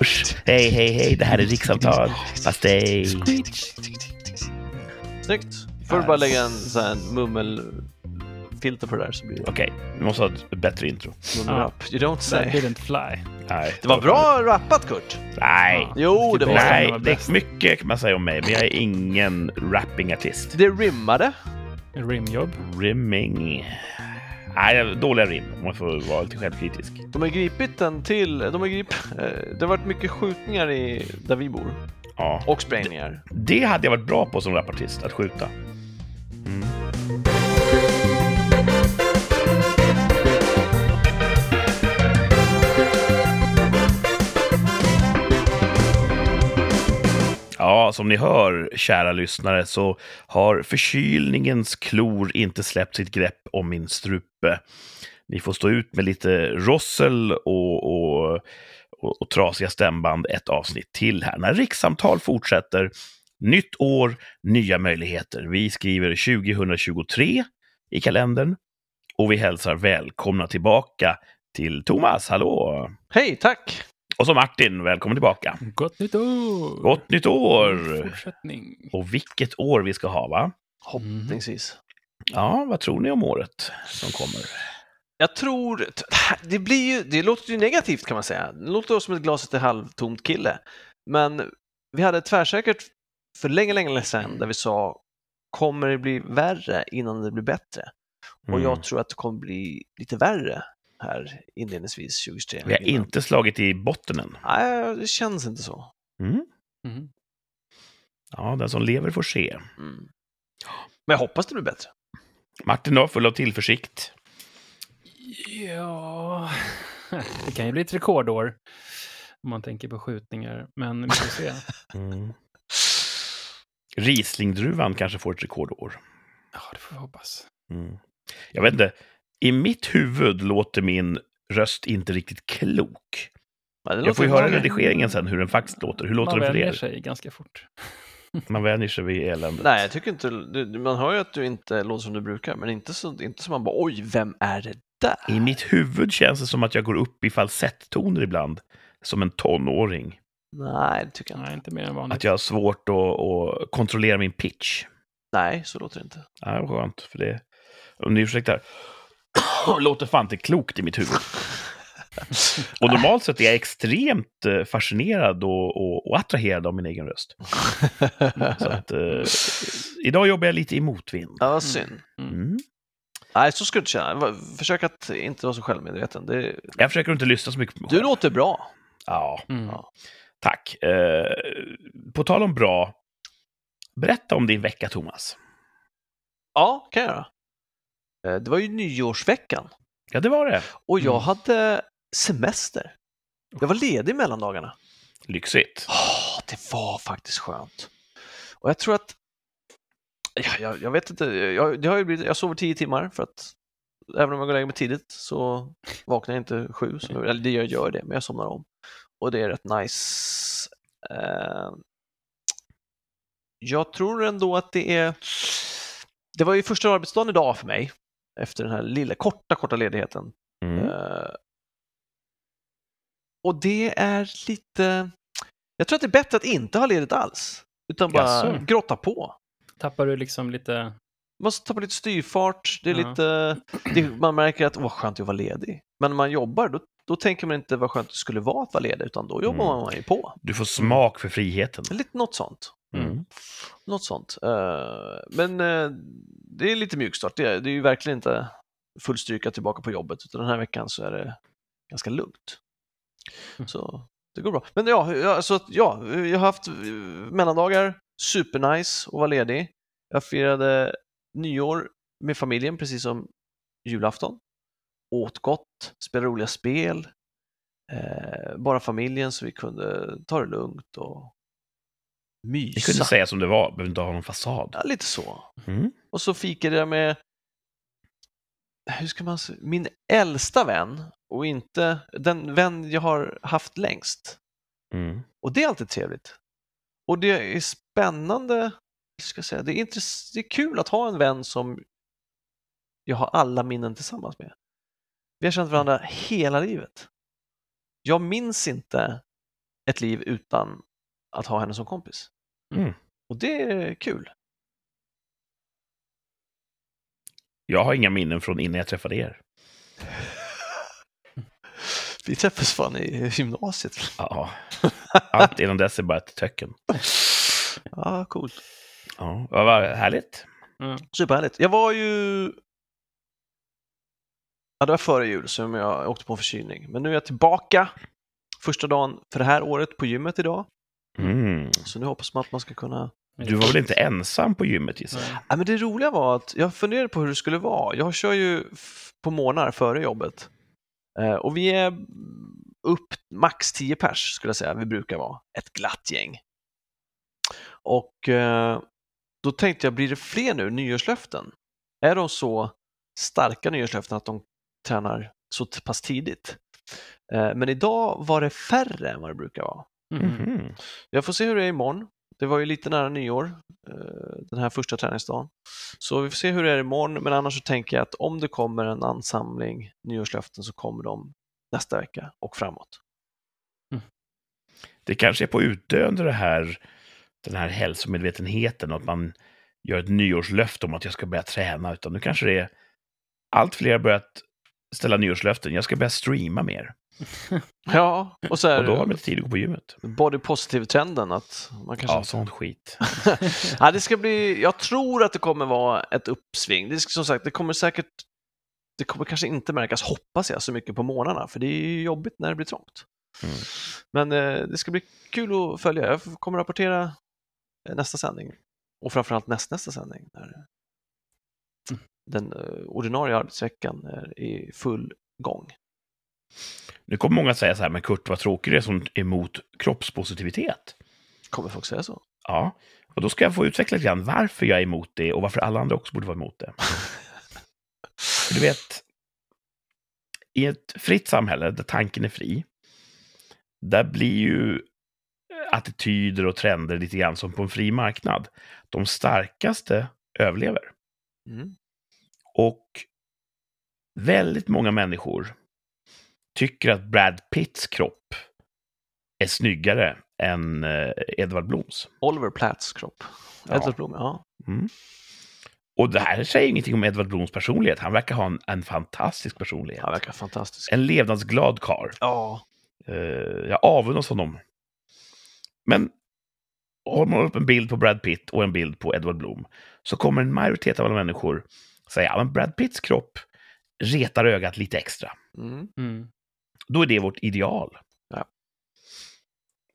Usch. Hej, hej, hej. Det här är rikssamtal. Pastej. Snyggt. Får du bara lägga en sån här mummelfilter på det där så blir det Okej, vi måste ha ett bättre intro. mummelrap. You don't That say. didn't fly. Nej. Det var bra rappat Kurt. Nej. Jo, det var Nej, var det bäst. är mycket kan man säga om mig, men jag är ingen rappingartist. det. rimmade. Rimjobb. Rimming. Nej, jag- dåliga rim om man får vara lite självkritisk. De har gripit den till... De har grip, eh, det har varit mycket skjutningar i, där vi bor. Ja. Och sprängningar. Det hade jag varit bra på som rapartist, att skjuta. Ja, som ni hör, kära lyssnare, så har förkylningens klor inte släppt sitt grepp om min strupe. Ni får stå ut med lite rossel och, och, och, och trasiga stämband ett avsnitt till här. När rikssamtal fortsätter, nytt år, nya möjligheter. Vi skriver 2023 i kalendern och vi hälsar välkomna tillbaka till Thomas, hallå! Hej, tack! Och så Martin, välkommen tillbaka! Gott nytt år! Gott nytt år! Fortsättning. Och vilket år vi ska ha, va? Hoppningsvis. Ja, vad tror ni om året som kommer? Jag tror... Det, blir ju, det låter ju negativt kan man säga. Det låter som ett glaset är halvtomt kille. Men vi hade tvärsäkert för länge, länge länge sedan där vi sa kommer det bli värre innan det blir bättre? Och Mm. jag tror att det kommer bli lite värre här inledningsvis 2023. Mm. Vi har inte slagit i botten än. Nej, det känns inte så. Mm. Mm. Ja, den som lever får se. Mm. Men jag hoppas det blir bättre. Martin då, full av tillförsikt. Ja, det kan ju bli ett rekordår om man tänker på skjutningar. Men vi får se. Mm. Rislingdruvan kanske får ett rekordår. Ja, det får vi hoppas. Mm. Jag vet inte, i mitt huvud låter min röst inte riktigt klok. Men det Jag får ju låter höra bra. det. redigeringen sen hur den faktiskt låter. Hur låter man den för vänjer er? sig ganska fort. Man vänjer sig vid eländet. Nej, jag tycker inte... du- Man hör ju att du inte låter som du brukar, men inte så, inte som man bara oj, vem är det där? I mitt huvud känns det som att jag går upp i falsettoner ibland, som en tonåring. Nej, det tycker jag inte. Nej, inte mer än vanligt. Att jag har svårt att, att kontrollera min pitch. Nej, så låter det inte. Ja, vad skönt, för det... Om ni ursäktar. låter fan inte klokt i mitt huvud. Och normalt sett är jag extremt eh, fascinerad och, och, och attraherad av min egen röst. Så att, eh, idag jobbar jag lite i motvind. ja, vad synd. Mm. Nej, så skulle du inte känna. Va- Försök att inte vara så självmedveten. Det, Jag försöker inte lyssna så mycket på mig du själv. låter bra. Ja, Mm. tack. Eh, på tal om bra, berätta om din vecka, Thomas. Ja, kan jag göra. Eh, Det var ju nyårsveckan Ja, det var det. och jag Mm. hade semester. Jag var ledig mellan dagarna. Lyxigt. Åh, det var faktiskt skönt. Och jag tror att... Ja, jag, jag vet inte, jag, det har ju blivit, jag sover tio timmar för att även om jag går och lägger mig tidigt så vaknar jag inte sju. Så, eller det jag gör det, men jag somnar om. Och det är rätt nice. Eh, jag tror ändå att det är... Det var ju första arbetsdagen idag för mig efter den här lilla, korta, korta ledigheten. Mm. Eh, Och det är lite... Jag tror att det är bättre att inte ha ledigt alls. Utan bara Jaså? grotta på. Tappar du liksom lite... Man tappar lite styrfart, det är Ja. lite... Det, man märker att åh, vad skönt det är att vara ledig. Men när man jobbar, då, då tänker man inte vad skönt det skulle vara att vara ledig, utan då jobbar Mm. man ju på. Du får smak för friheten. Lite något sånt. Mm. Något sånt. Eh, Men eh, det är lite mjukstart. Det är, det är ju verkligen inte full styrka tillbaka på jobbet, utan den här veckan så är det ganska lugnt. Mm. Så det går bra. Men ja, ja, så att, ja jag har haft eh, mellandagar, supernice och var ledig. Jag firade nyår med familjen, precis som julafton. Åt gott, spelade roliga spel, eh, bara familjen så vi kunde ta det lugnt och Vi mysa. kunde säga som det var, behöver inte ha någon fasad. Ja, lite så. Mm. Och så fikade jag med, hur ska man säga, min äldsta vän och inte den vän jag har haft längst. Mm. Och det är alltid trevligt. Och det är spännande, hur ska jag säga, det är, intress- det är kul att ha en vän som jag har alla minnen tillsammans med. Vi har känt varandra hela livet. Jag minns inte ett liv utan att ha henne som kompis. Mm. Och det är kul. Jag har inga minnen från innan jag träffade er. Vi träffades fan i gymnasiet. Ja. Allt innan dess är bara ett töcken. Ja, coolt. Ja, vad var härligt. Superhärligt. Jag var ju... Ja, det var före jul som jag åkte på en förkylning. Men nu är jag tillbaka första dagen för det här året på gymmet idag. Mm. Så nu hoppas man att man ska kunna... Du var väl inte ensam på gymmet gissar jag? Nej. Ja, men det roliga var att jag funderade på hur det skulle vara. Jag kör ju f- på månader före jobbet. Eh, Och vi är upp max 10 pers skulle jag säga. Vi brukar vara ett glatt gäng. Och eh, då tänkte jag, blir det fler nu nyårslöften? Är de så starka nyårslöften att de tränar så t- pass tidigt? Eh, Men idag var det färre än vad det brukar vara. Mhm. Mhm. Jag får se hur det är imorgon. Det var ju lite nära nyår, eh, den här första träningsdagen. Så vi får se hur det är imorgon, men annars så tänker jag att om det kommer en ansamling nyårslöften så kommer de nästa vecka och framåt. Det kanske är på utdöende det här, den här hälsomedvetenheten, att man gör ett nyårslöfte om att jag ska börja träna, utan nu kanske det är allt fler har börjat ställa nyårslöften. Jag ska börja streama mer. Ja, och så Och då har är de inte tid att gå på gymmet. body positive-trenden att man kanske... Ja, sånt skit. Ja, det ska bli... Jag tror att det kommer vara ett uppsving. Det ska, som sagt, det kommer säkert... Det kommer kanske inte märkas, hoppas jag, så mycket på månaderna, för det är ju jobbigt när det blir trångt. Mm. Men eh, det ska bli kul att följa. Jag f- kommer rapportera eh, nästa sändning och framförallt nästnästa sändning. När den eh, ordinarie arbetsveckan är i full gång. Nu kommer många säga så här, men Kurt, vad tråkig du är som är emot kroppspositivitet. Kommer folk säga så? Ja, och då ska jag få utveckla lite grann varför jag är emot det och varför alla andra också borde vara emot det. För du vet, i ett fritt samhälle där tanken är fri, där blir ju eh, attityder och trender lite grann som på en fri marknad. De starkaste överlever. Mm. Och väldigt många människor tycker att Brad Pitts kropp är snyggare än eh, Edvard Bloms. Oliver Platts kropp. Ja. Edward Blom, ja. Och det här säger ingenting om Edvard Bloms personlighet. Han verkar ha en, en fantastisk personlighet. Han verkar fantastisk. En levnadsglad karl. Ja, Eh, jag avundas honom. Men om man har upp en bild på Brad Pitt och en bild på Edward Blom så kommer en majoritet av alla människor säga att Brad Pitts kropp retar ögat lite extra. mm. Mm. Då är det vårt ideal. Ja.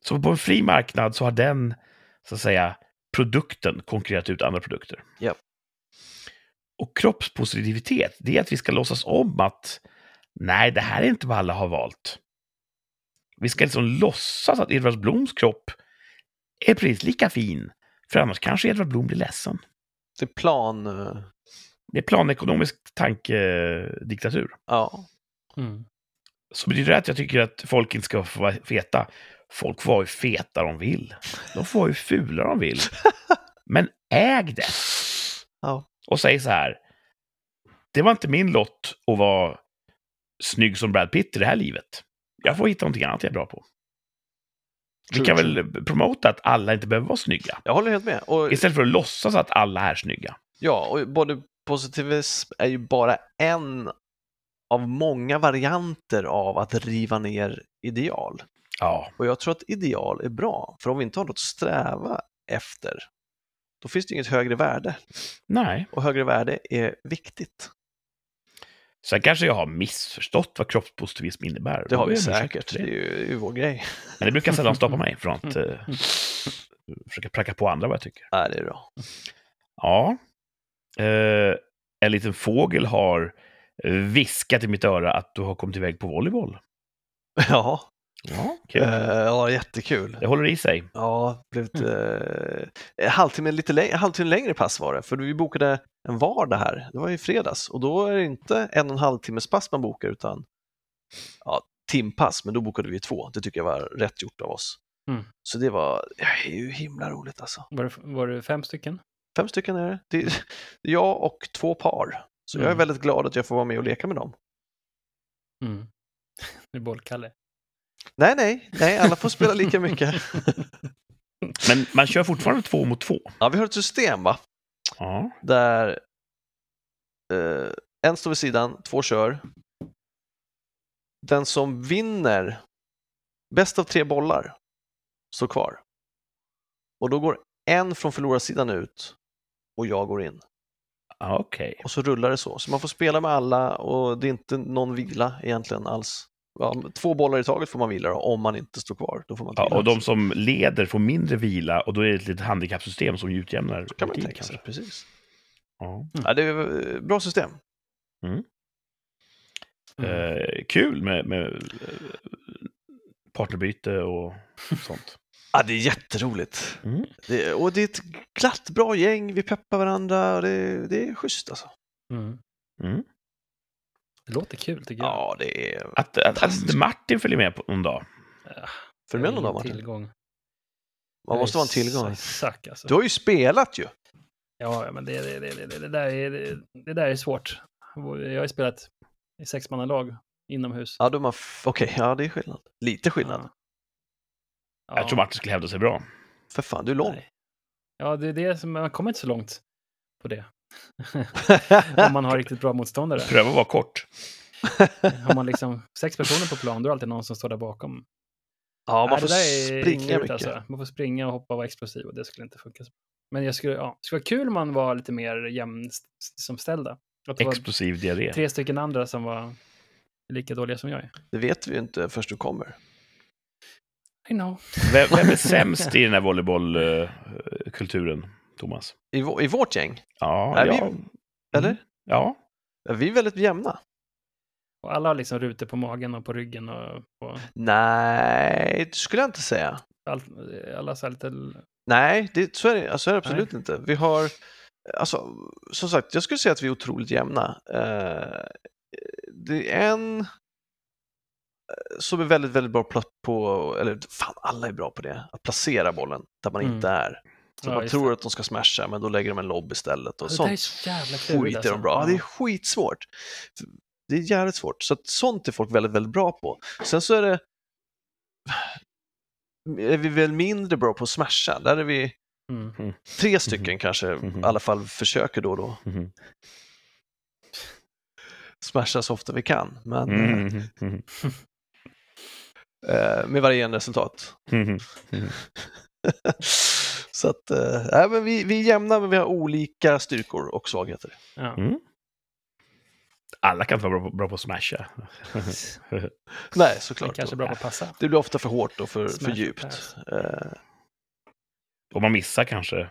Så på en fri marknad så har den, så att säga, produkten konkurrerat ut andra produkter. Ja. Och kroppspositivitet, det är att vi ska låtsas om att nej, det här är inte vad alla har valt. Vi ska liksom låtsas att Edvard Bloms kropp är precis lika fin, för annars kanske Edvard Blom blir ledsen. det är plan... eh, Det är planekonomisk tankediktatur. Ja. Mm. Så betyder det att jag tycker att folk inte ska få vara feta. Folk får vara hur feta de vill. De får vara hur fula de vill. Men äg det! Ja. Och säg så här. Det var inte min lott att vara snygg som Brad Pitt i det här livet. Jag får hitta någonting annat jag är bra på. Vi True, kan true. väl promota att alla inte behöver vara snygga. Jag håller helt med. Och, Istället för att låtsas att alla är snygga. ja, och både positivism är ju bara en av många varianter av att riva ner ideal. Ja, Och jag tror att ideal är bra, för om vi inte har något att sträva efter, då finns det inget högre värde. nej. Och högre värde är viktigt. Sen kanske jag har missförstått vad kroppspositivism innebär. Det har vi Jag ber om ursäkt säkert. för Det är ju, det är ju vår grej. Men det brukar sällan stoppa mig från att Mm. eh, försöka pracka på andra vad jag tycker. Ja, det är bra. Ja. Eh, en liten fågel har viskat i mitt öra att du har kommit iväg på volleyboll. Ja, Ja, kul. eh, ja jättekul. Det håller i sig. Ja, blev ett, Mm. eh, halvtimme, lite längre, halvtimme längre pass var det, för vi bokade en vardag här. Det var i fredags och då är det inte en och en halv timmes pass man bokar utan ja, timpass, men då bokade vi två. Det tycker jag var rätt gjort av oss. Mm. Så det var ja, det är ju himla roligt alltså. Var, det, var det fem stycken? Fem stycken är det. det är jag och två par. Så jag är Mm. väldigt glad att jag får vara med och leka med dem. Mm. Det är bollkalle. Nej, nej, nej, alla får spela lika mycket. Men man kör fortfarande två mot två. Ja, vi har ett system va? Ja. Där eh, en står vid sidan, två kör. Den som vinner bäst av tre bollar står kvar. Och då går en från förlorarsidan ut och jag går in. Ja, Ah, Okej. Och så rullar det så. Så man får spela med alla och det är inte någon vila egentligen alls. Ja, två bollar i taget får man vila då, om man inte står kvar. Då får man inte Ja, vila. och de som leder får mindre vila och då är det ett litet handikappsystem som utjämnar kan man tid, tänka sig. kanske. Precis. Ja. Ja, det är eh, bra system. Mm. Eh, kul med, med eh, partnerbyte och sånt. Ja, det är jätteroligt. Mm. Det, och det är ett glatt, bra gäng. Vi peppar varandra och det, det är schysst alltså. Mm. Mm. Det låter kul tycker jag. Ja, det är... Att, att, att Fantastiskt. Martin följer med på någon dag. För mig någon dag, Martin. Tillgång. Man måste vara en tillgång. Exakt alltså. Du har ju spelat ju. Ja, ja, men det, det, det, det, det, där är, det, det där är svårt. Jag har ju spelat i sexmannalag inomhus. Ja, då är man... f- Okej, ja, det är skillnad. Lite skillnad. Ja. Jag tror Martin skulle hävda sig bra. För fan, du är lång. Nej. Ja, det är det som, man kommer inte så långt på det. Om man har riktigt bra motståndare. Pröva att vara kort. Har man liksom sex personer på plan, då är det alltid någon som står där bakom. ja, man Nej, får det där är springa klurigt, mycket. Man får springa och hoppa och vara explosiv och det skulle inte funka. så bra. Men jag skulle, ja, det skulle vara kul om man var lite mer jämställda. Att det var Explosiv diarré. tre stycken andra som var lika dåliga som jag är. Det vet vi ju inte först du kommer. I know. Vem, vem är sämst i den här volleybollkulturen, Thomas? I, vå- I vårt gäng, Ja, Nej, vi- ja. eller? Mm. Ja, Ja, Vi är väldigt jämna. Och alla har liksom rutor på magen och på ryggen och, och Nej, det skulle jag inte säga. allt, alla så här lite... Nej, det, så, är det, alltså, så är det absolut inte. Vi har, alltså, som sagt, jag skulle säga att vi är otroligt jämna. Eh, det är en eh, som är väldigt, väldigt bra pla- på, eller fan alla är bra på det, att placera bollen där man Mm. inte är. Så Ja, man just tror att de ska smasha, men då lägger de en lobb istället. Och det där sånt är så jävla alltså. klurigt skit är de bra. Ja, det är skitsvårt. Det är jävligt svårt. Så att sånt är folk väldigt, väldigt bra på. Sen så är det... Är vi väl mindre bra på att smasha? Där är vi Mm. tre stycken kanske, Mhm. i alla fall försöker då och då. Mhm. Smasha så ofta vi kan, men Mm. Mhm. eh, med varierande resultat. Mhm. så att, eh, äh, men vi, vi är jämna, men vi har olika styrkor och svagheter. Ja. Alla kan inte vara bra på, bra på att smasha. Nej, Det såklart. kanske är bra på att passa. Det blir ofta för hårt och för, för Smash djupt. pass. Eh, Och man missar kanske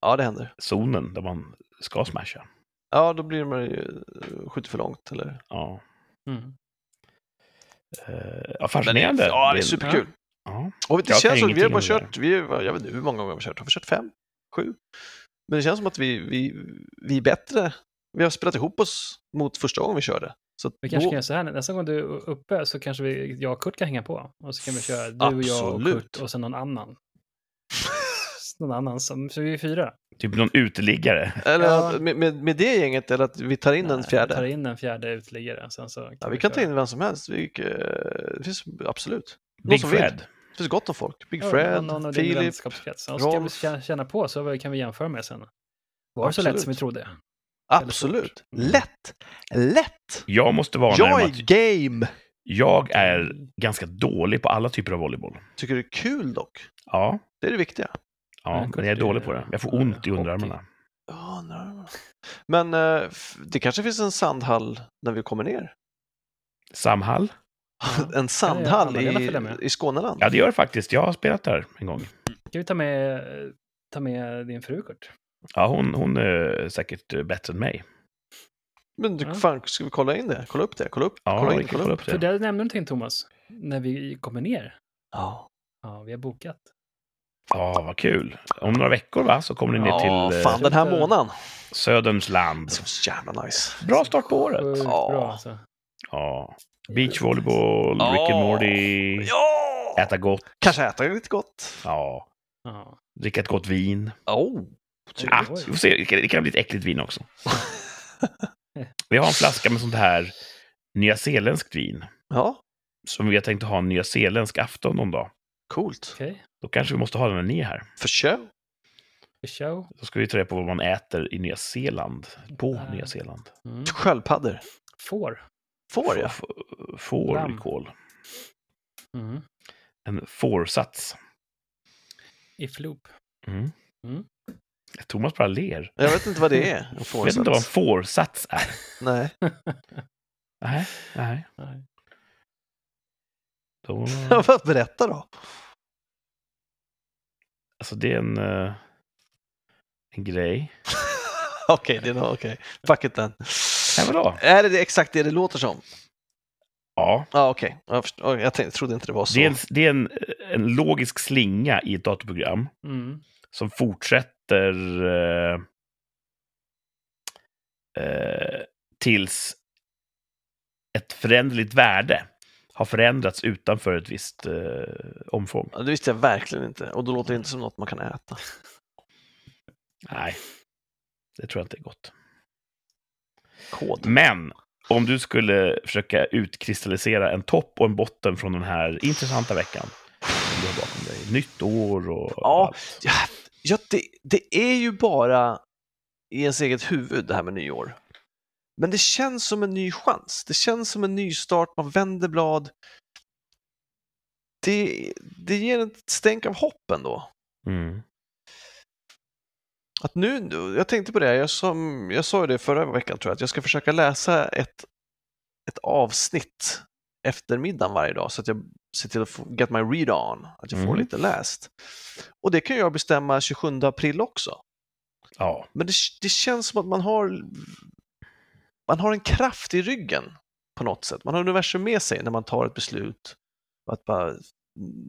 ja, det händer. zonen där man ska smasha. Ja, då blir man ju eh, skjuter för långt. Eller? Ja. Mm. Eh, Ja, fascinerande. Ja, det är en- superkul. Ja. Och det Jag kan känns som, vi har ingenting bara om det kört, vi är, jag vet inte hur många gånger vi har kört, har vi kört fem? Sju? Men det känns som att vi, vi, vi är bättre. Vi har spelat ihop oss mot första gången vi körde. Så att Vi kanske då- kan göra så här, nästa gång du är uppe så kanske vi, jag och Kurt kan hänga på. Och så kan vi köra du, och jag och Absolut. Kurt och sen någon annan. någon annan, som, så vi är fyra. Typ någon uteliggare. eller Ja. att- med, med, med det gänget, eller att vi tar in en Nej, Vi fjärde. tar in en fjärde uteliggare. Sen så Ja, vi kan ta köra. in vem som helst. Vi, eh, det finns absolut. Någon Big som vill. Fred. Det finns gott om folk. Big Ja, Fred, någon av din Filip. vänskapskrets. Ja, Så kan vi Rolf. kä- känna på så kan vi jämföra med sen. Var det så lätt Absolut. som vi trodde? Absolut. Mm. Lätt. Lätt. Jag måste varna Jag jag... är att game. jag är ganska dålig på alla typer av volleyboll. Tycker det är kul dock. Ja, Det är det viktiga. ja Nej, men jag är Kurt, dålig det- på det. Jag får ja, ont i hockey. underarmarna. Ja, undrar vad- Men eh, f- det kanske finns en sandhall när vi kommer ner? Samhall? Ja. en sandhall Anna-Lena i, följer med. i Skåneland? Ja, det gör det faktiskt. Jag har spelat där en gång. Ska vi ta med, ta med din fru Kurt? Ja, hon, hon är säkert eh, bättre än mig. Men du, Ja. fan, ska vi kolla in det? Kolla upp det? Kolla upp? Ja, kolla vi in? kan Kolla kolla upp? upp det. För där nämnde du någonting Thomas, när vi kommer ner. Ja. Ja, vi har bokat. Ja, vad kul. Om några veckor va, så kommer ni ner Ja, till eh, fan den här Sluta. månaden. Söderns land. Det ska bli så jävla nice. Bra start på året. Sjukt Ja. bra alltså. Ja. Beachvolleyboll, Rick and Morty, Ja! äta gott, Kanske äta lite gott. ja. Ja. dricka ett gott vin. Oh. Ah, Oj. vi får se, det kan- det kan bli ett äckligt vin också. Vi har en flaska med sånt här nyzeeländskt vin Ja, som vi har tänkt ha en nyzeeländsk afton någon dag. Coolt. Okej, Då kanske vi måste ha den ni här. För show. för show. Då ska vi ta reda på vad man äter i Nya Zeeland. På Ah. Nya Zeeland. Mm. Sköldpaddor. Får. Får jag? F- Fårikål. Mm. En fårsats. If loop. Mm. Mm. Thomas bara ler. Jag vet inte vad det är. en Jag vet inte vad en fårsats. fårsats är. Nej. Nej, nej. Nej. Då, Berätta då. alltså det är en, eh, en grej. Okej, det är nog okej. Fuck it then. Nej, vadå? Är det det exakt det det låter som? Ja, Ja, okej. Jag, först- oj, jag tänkte, trodde inte det var så. det är, en, det är en, en logisk slinga i ett datorprogram Mm. som fortsätter eh, eh, tills ett föränderligt värde har förändrats utanför ett visst eh, omfång. Ja, Det visste jag verkligen inte. Och då låter det inte som något man kan äta. Nej, det tror jag inte är gott. Kod. Men om du skulle försöka utkristallisera en topp och en botten från den här intressanta veckan som du har bakom dig. Nytt år och Ja. allt. Ja, ja det, det är ju bara i ens eget huvud det här med nyår. Men det känns som en ny chans. Det känns som en ny start. Man vänder blad. Det, det ger ett stänk av hopp ändå. Mm. Att nu, nu- jag tänkte på det, jag, som, jag sa ju det förra veckan tror jag, att jag ska försöka läsa ett, ett avsnitt efter middagen varje dag så att jag ser till att få, get my read on, att jag får Mm. lite läst. Och det kan jag bestämma 27 april också. ja. Men det, det känns som att man har, man har en kraft i ryggen på något sätt. Man har universum med sig när man tar ett beslut. Att bara,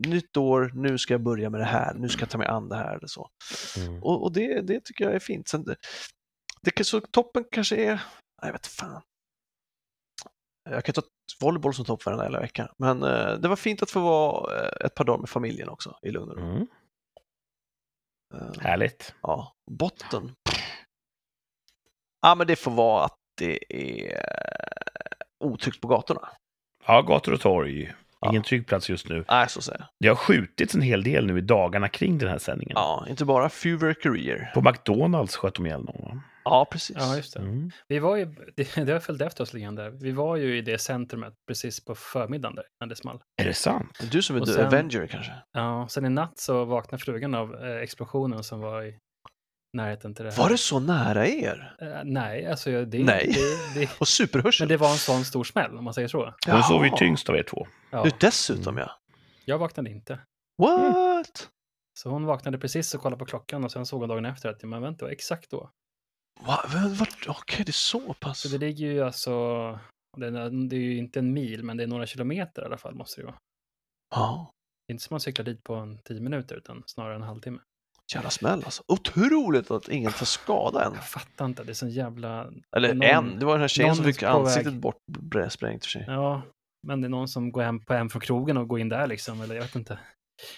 nytt år, nu ska jag börja med det här, nu ska jag ta mig an det här eller så. Mm. Och, och det, det tycker jag är fint. Sen, det, det, kan- så toppen kanske är, nej, jag vet fan. Jag kan ta volleyboll som topp varenda jävla vecka. Men eh, det var fint att få vara eh, ett par dagar med familjen också i lugn och ro. Mm. Eh, Härligt. Ja, botten. Ja, men det får vara att det är eh, otryggt på gatorna. Ja, gator och torg. Ja. Ingen trygg plats just nu. Nej, så säger jag. Det har skjutits en hel del nu i dagarna kring den här sändningen. Ja, inte bara fyrverkerier. På McDonalds sköt de ihjäl någon. va? Ja, precis. Ja, just det. Mm. Vi var ju, det, det har följt efter oss lite grann där. Vi var ju i det centrumet precis på förmiddagen där, när det small. Är det sant? Det är Du som är Och The sen- Avenger kanske? Ja, sen i natt så vaknade frugan av eh, explosionen som var i närheten till det här. Var det så nära er? Eh, nej, alltså jag- det, Nej. Det, det, Och superhörsel? men det var en sån stor smäll om man säger så. Hon sov ju Jaha. tyngst av er två. Ja, Du dessutom ja. jag vaknade inte. Mm. What? Så hon vaknade precis och kollade på klockan och sen såg hon dagen efter att men vänta, det var exakt då. Va- va- va- Okej, det är så pass. Så det ligger ju alltså, det är, det är ju inte en mil, men det är några kilometer i alla fall måste det ju vara. Ja, Det är inte som man cyklar dit på en tio minuter, utan snarare en halvtimme. jävla smäll alltså. Otroligt att ingen tar skada än. Jag fattar inte, det är sån jävla... Eller någon- en, det var den här tjejen någon som fick på väg. ansiktet bort bre- sprängt i och för sig. Ja, men det är någon som går hem, på hem från krogen och går in där liksom, eller jag vet inte.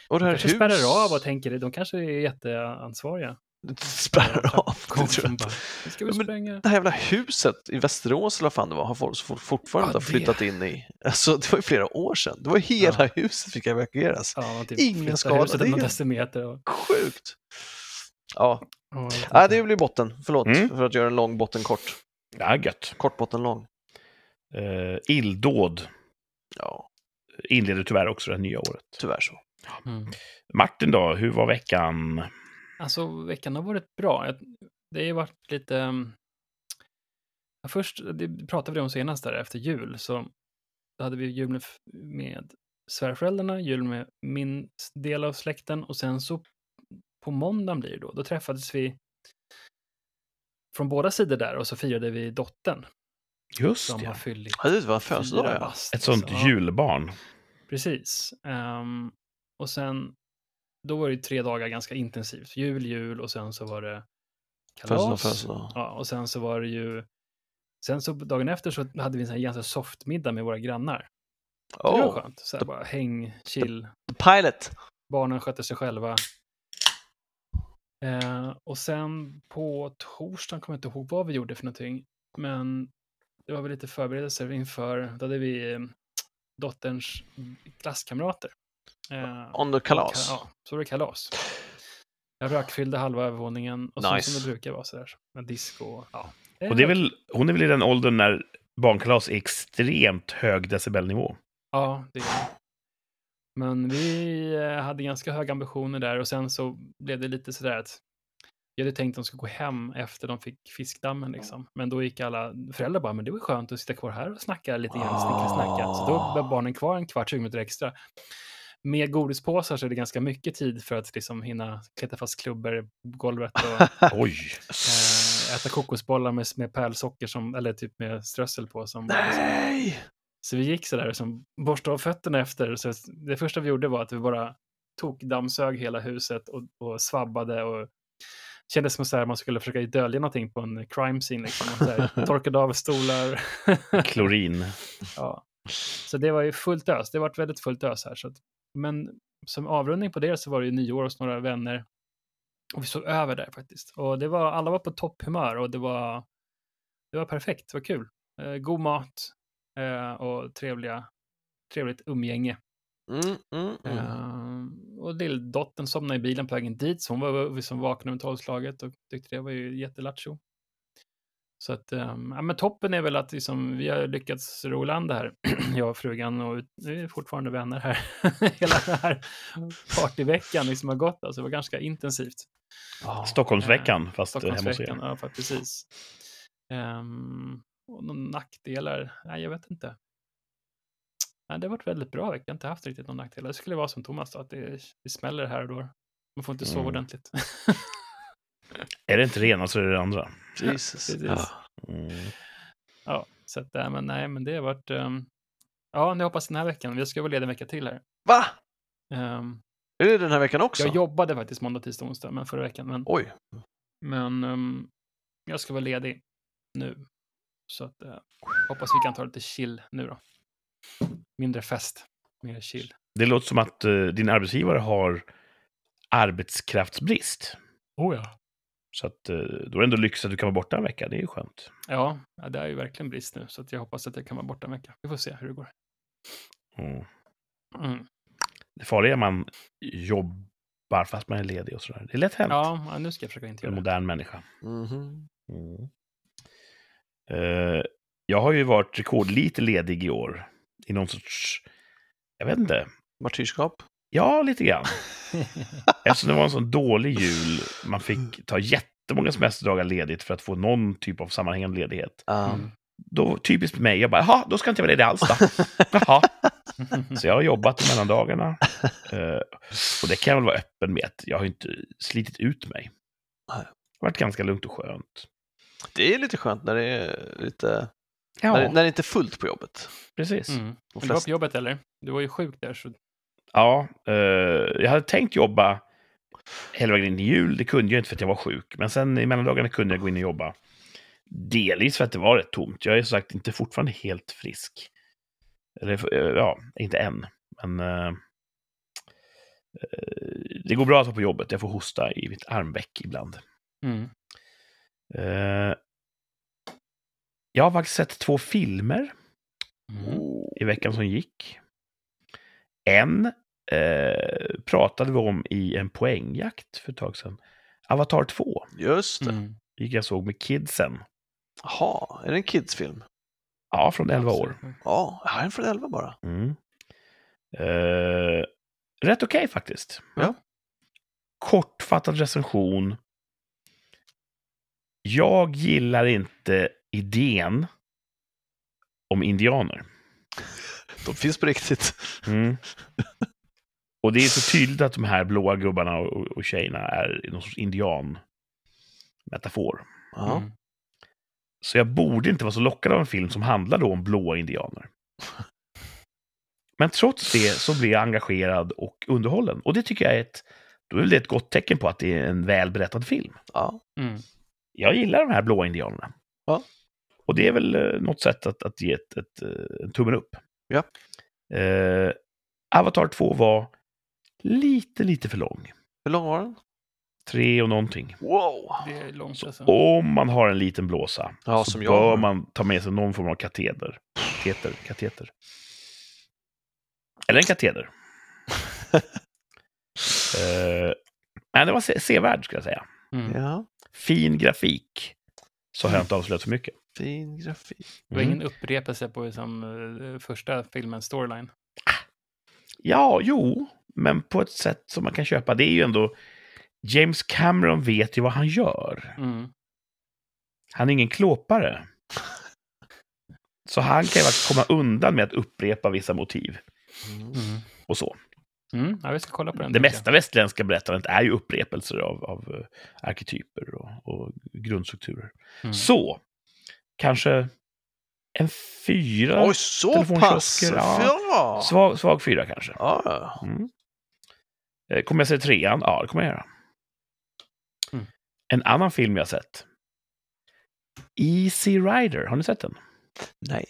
Och det De här kanske spärrar av och tänker, de kanske är jätteansvariga. Spärrar av? Det tror jag Kom, inte. bara, Nu ska vi Ja, men- spränga. Det här jävla huset i Västerås eller vad fan det var har folk så fort- fortfarande Ja, det- inte flyttat in i. Alltså det var ju flera år sedan. Det var ju hela huset fick evakueras. Ja, man typ Ingen flyttar skada, huset det är någon ju- decimeter. Och, Sjukt! Ja, Ja, jag vet ah, inte. det blir botten. Förlåt Mm. för att göra en lång botten kort. Ja, gött. Kort botten lång. Uh, illdåd Ja, inleder tyvärr också det här nya året. tyvärr så. Mm. Martin då, hur var veckan? Alltså veckan har varit bra. Jag- Det har ju varit lite... ehm, ja, Först det pratade vi om senast där efter jul så då hade vi jul med, f- med svärföräldrarna, jul med min s- del av släkten och sen så på måndagen blir det då, då träffades vi från båda sidor där och så firade vi dottern Just som har det, fyllt Ja, det var en fyra födelsedag ja. bast. ett sånt liksom. Ja. julbarn. Precis. Ehm, och sen, då var det ju tre dagar ganska intensivt. Jul, jul och sen så var det Födelsedag, kalas. födelsedag. Ja, och sen så var det ju... Sen så dagen efter så hade vi en sån här ganska soft middag med våra grannar. Det var Oh, skönt. Så här bara häng, chill. the pilot! Barnen skötte sig själva. Eh, och sen på torsdagen kommer jag inte ihåg vad vi gjorde för någonting. Men det var väl lite förberedelser inför, då hade vi eh, dotterns klasskamrater. Eh, Under kalas. Ja, så var det kalas. Jag rökfyllde halva övervåningen och så Nice. som det brukar vara sådär. Med disco och... Ja. Och det är väl, hon är väl i den åldern när barnkalas är extremt hög decibelnivå. Ja, det är det. Men vi eh, hade ganska höga ambitioner där och sen så blev det lite sådär att jag hade tänkt att de skulle gå hem efter de fick fiskdammen liksom. Men då gick alla föräldrar bara, men det var skönt att sitta kvar här och snacka lite grann, snickra, snacka. Så då blev barnen kvar en kvart, 20 minuter extra. Med godispåsar så är det ganska mycket tid för att liksom hinna kleta fast klubbor på golvet och Oj! eh, äta kokosbollar med, med pärlsocker som, eller typ med strössel på som var liksom Nej! så vi gick så där och som borstade av fötterna efter. Så det första vi gjorde var att vi bara tog dammsög hela huset och, och svabbade och kändes som så här man skulle försöka dölja någonting på en crime scene. Liksom. Och så här, torkade av stolar. Klorin. ja. Så det var ju fullt ös. Det var väldigt fullt ös här. Så att, men som avrundning på det så var det ju nyår hos några vänner. Och vi såg över där faktiskt. Och det var, alla var på topphumör och det var, det var perfekt. Det var kul. Eh, god mat eh, och trevliga, trevligt umgänge. Mm, mm, mm. Eh, och lilldottern somnade i bilen på vägen dit, så hon var som vaknade med tolvslaget och tyckte det var ju jättelattjo. Så att, ehm, ja men toppen är väl att liksom, vi har lyckats ro i land det här, jag och frugan och ut- vi är fortfarande vänner här. Hela den här partyveckan liksom har gått, alltså det var ganska intensivt. Ja. Stockholmsveckan, fast Stockholmsveckan, Stockholmsveckan. hemma ja för precis. Ehm, och någon nackdelar? Nej, jag vet inte. Nej, det har varit väldigt bra vecka. Jag har inte haft riktigt någon nackdelar. Det skulle vara som Thomas sa, att det, det smäller här och då. Man får inte sova Mm. ordentligt. Är det inte det ena så är det det andra. Jesus. Precis. Ja. Mm. ja, så att, nej, men, nej, men det har varit... ehm, ja, nu hoppas den här veckan. Jag ska vara ledig en vecka till här. Va? Ehm, Är det den här veckan också? jag jobbade faktiskt måndag, tisdag, onsdag, men förra veckan. Men, Oj. men ehm, jag ska vara ledig nu. Så att, eh, hoppas vi kan ta lite chill nu då. Mindre fest, mer chill. Det låter som att eh, din arbetsgivare har arbetskraftsbrist. Oh ja. Så att, eh, då är det ändå lyx att du kan vara borta en vecka. Det är ju skönt. Ja, ja, det är ju verkligen brist nu, så att jag hoppas att jag kan vara borta en vecka. Vi får se hur det går. Mm. Mm. Det farliga är att man jobbar fast man är ledig och sådär. Det är lätt hänt. Ja, ja, nu ska jag försöka inte för En göra det. modern människa. Mm. Mhm. Eh, jag har ju varit rekordlite ledig i år. I någon sorts... Jag vet inte. Martyrskap. Ja, lite grann. Mm. Eftersom det var en sån dålig jul. Man fick ta jättemånga semesterdagar ledigt för att få någon typ av sammanhängande ledighet. Um, Mm. Då, typiskt mig, jag bara, jaha, då ska inte jag vara ledig alls då. Jaha. Så jag har jobbat mellan dagarna. Eh, och det kan jag väl vara öppen med, att jag har inte slitit ut mig. Det Nej. har varit ganska lugnt och skönt. Det är lite skönt när det är lite... Ja, När, det- när det inte är fullt på jobbet. precis. Mm. De Du var på flesta- jobbet eller? Du var ju sjuk där, så... Ja, eh, jag hade tänkt jobba hela vägen in i jul. Det kunde jag inte för att jag var sjuk. Men sen i mellandagarna kunde jag gå in och jobba. Delvis för att det var rätt tomt. Jag är som sagt inte fortfarande helt frisk. Eller eh, ja, inte än. Men eh, eh, det går bra att vara på jobbet. Jag får hosta i mitt armveck ibland. Mm. Eh, jag har faktiskt sett två filmer Mm. Oh, i veckan som gick. En eh, pratade vi om i en poängjakt för ett tag sedan. Avatar 2 Just det. Mm. gick jag och såg med kidsen. Jaha, är det en kidsfilm? Ja, från 11 år. Absolut. Ja, här är den från 11 bara. Mm. Eh, rätt okej faktiskt. Ja. Kortfattad recension. Jag gillar inte idén om indianer. De finns på riktigt. Mm. Och det är så tydligt att de här blåa gubbarna och, och- och tjejerna är någon sorts indian-metafor. Ja. Mm. Så jag borde inte vara så lockad av en film som handlar då om blåa indianer. Men trots det så blir jag engagerad och underhållen. Och det tycker jag är ett, då är det ett gott tecken på att det är en välberättad film. ja. Mm. Jag gillar de här blåa indianerna. Ja. Och det är väl eh, något sätt att, att ge ett, ett, eh, en tummen upp. Ja. Eh, Avatar 2 var lite, lite för lång. Hur lång var den? Tre och någonting. Wow! Det är långt alltså. Om man har en liten blåsa Ja, så som bör jag. man ta med sig någon form av kateter. Kateter, kateter. Eller en kateder. Eh, nej, det var se- sevärd, ska jag säga. Mm. Ja, Fin grafik. Så har jag inte avslöjat för mycket. fin grafik. Det var ingen upprepelse på liksom, eh, första filmens storyline. Ja, jo, men på ett sätt som man kan köpa. Det är ju ändå... James Cameron vet ju vad han gör. Mm. Han är ingen klåpare. Så han kan ju faktiskt komma undan med att upprepa vissa motiv Mm. och så. Mm. Ja, vi ska kolla på den. Det tycker jag. mesta västerländska berättandet är ju uppremelser av, av eh, arketyper och, och grundstrukturer. Mm. Så, kanske en fyra. Oj, så telefonkiosker, pass! ja. Ja. Svag, svag fyra kanske. ja. Mm. Eh, Kommer jag se trean? Ja, det kommer jag göra. Mm. En annan film jag sett. Easy Rider, har ni sett den? Nej.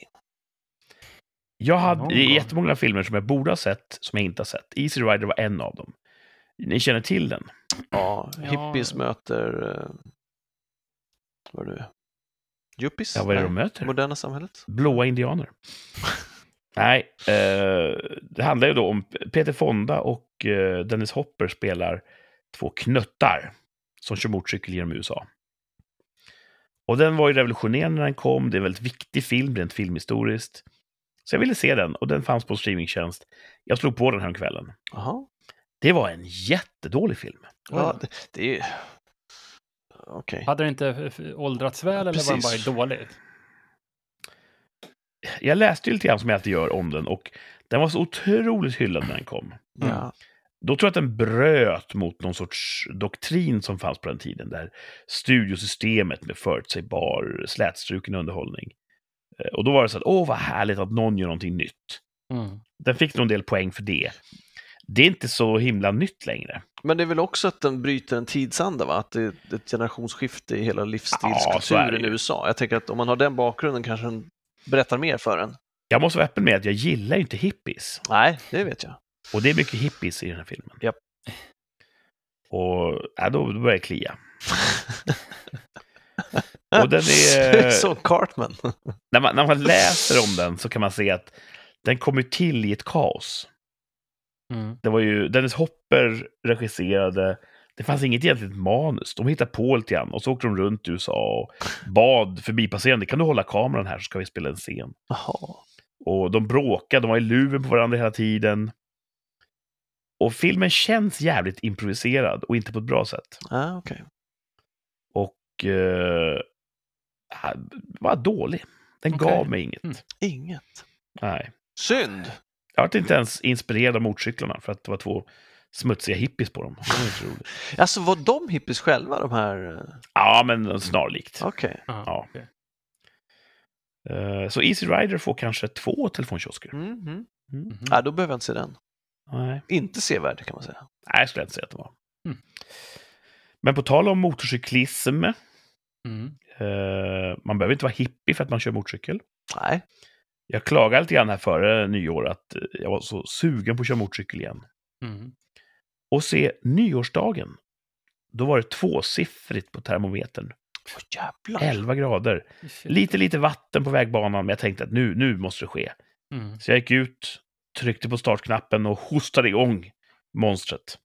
Jag Någon hade det är gång. jättemånga filmer som jag borde ha sett, som jag inte har sett. Easy Rider var en av dem. Ni känner till den? Ja, hippies Ja. möter... eh, Vad är det? Yuppies? Ja, vad är det de Nej. möter? Moderna samhället? Blåa indianer. Nej, eh, det handlar ju då om Peter Fonda och eh, Dennis Hopper spelar två knöttar som kör motorcykel genom USA. Och den var ju revolutionerande när den kom. Det är en väldigt viktig film, rent filmhistoriskt. Så jag ville se den och den fanns på streamingtjänst. Jag slog på den här kvällen. Jaha. Det var en jättedålig film. Oj Ja, då. det, det är... Okej. Hade den inte eh, f- åldrats väl eller var den Precis. bara dålig? Jag läste ju lite grann som jag alltid gör om den och den var så otroligt hyllad när den kom. Ja. Då tror jag att den bröt mot någon sorts doktrin som fanns på den tiden, där studiosystemet med förutsägbar, slätstruken underhållning. Eh, Och då var det så att, åh vad härligt att någon gör någonting nytt. Mm. Den fick nog en del poäng för det. Det är inte så himla nytt längre. Men det är väl också att den bryter en tidsanda, va? Att det är ett generationsskifte i Ja, hela så är det livsstilskulturen ju. i USA. Jag tänker att om man har den bakgrunden kanske den berättar mer för en. Jag måste vara öppen med att jag gillar ju inte hippies. Nej, det vet jag. Och det är mycket hippies i den här filmen. Japp. Och ja, då, då börjar jag klia. Och den är- Som Cartman. När man, när man läser om den så kan man se att den kommer till i ett kaos. Mm. Det var ju Dennis Hopper regisserade. Det fanns inget egentligt manus. De hittade på lite grann och så åkte de runt i USA och bad förbipasserande. Kan du hålla kameran här så ska vi spela en scen. Jaha. Och de bråkade, de var i luven på varandra hela tiden. Och filmen känns jävligt improviserad och inte på ett bra sätt. Ah, okej. Och... Eh, ja, var dålig. Den Okej. gav mig inget. Mm. Inget. Nej. Synd. Jag var inte ens inspirerad av motorcyklarna för att det var två smutsiga hippies på dem. Det var inte roligt. Alltså var de hippies själva, de här? eh, Ja, men snarlikt. Okej. Ja. Ja. Eh, Så Easy Rider får kanske två telefonkiosker. Mhm. Mm. Mhm. Nej, då behöver jag inte se den. Nej, Inte sevärd kan man säga. Nej, jag skulle inte säga att det var. Mm. Men på tal om motorcyklism, eh, Mm. man behöver inte vara hippie för att man kör motorcykel. Nej. Jag klagade lite grann här före nyår att eh, jag var så sugen på att köra motorcykel igen. Mm. Och se nyårsdagen, då var det tvåsiffrigt på termometern. Åh, jävlar. 11 grader. Shit. Lite, lite vatten på vägbanan, men jag tänkte att nu, nu måste det ske. Mm. Så jag gick ut, tryckte på startknappen och hostade igång monstret.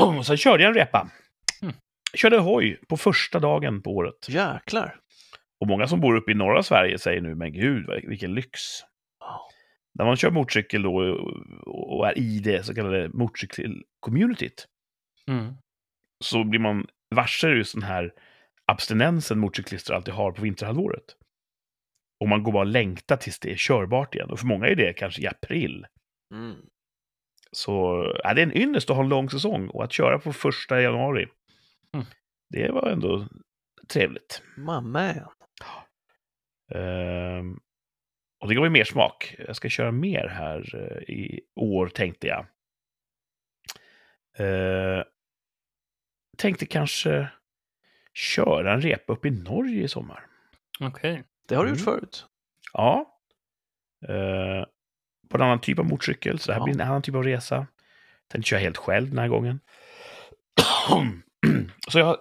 Och Sen körde jag en repa. Mm. Körde hoj på första dagen på året. Jäklar. Och många som bor uppe i norra Sverige säger nu, men gud vad- vilken lyx. Ja. När man kör motorcykel då och- och är i det så kallade motorcykelcommunityt Mm. så blir man varse just den här abstinensen motorcyklister alltid har på vinterhalvåret. Och man går bara och längtar tills det är körbart igen. Och för många är det kanske i april. Mm. Så ja, det är en ynnest att ha en lång säsong och att köra på första januari. Mm. Det var ändå trevligt. Mamma ja. Ehm, och det gav ju mer smak. Jag ska köra mer här eh, i år, tänkte jag. Ehm, tänkte kanske köra en repa upp i Norge i sommar. Okej. Det har du gjort Mm. förut. Ja. Ehm, på en annan typ av motorcykel, så det här Ja. blir en annan typ av resa. Tänkte köra helt själv den här gången. så jag,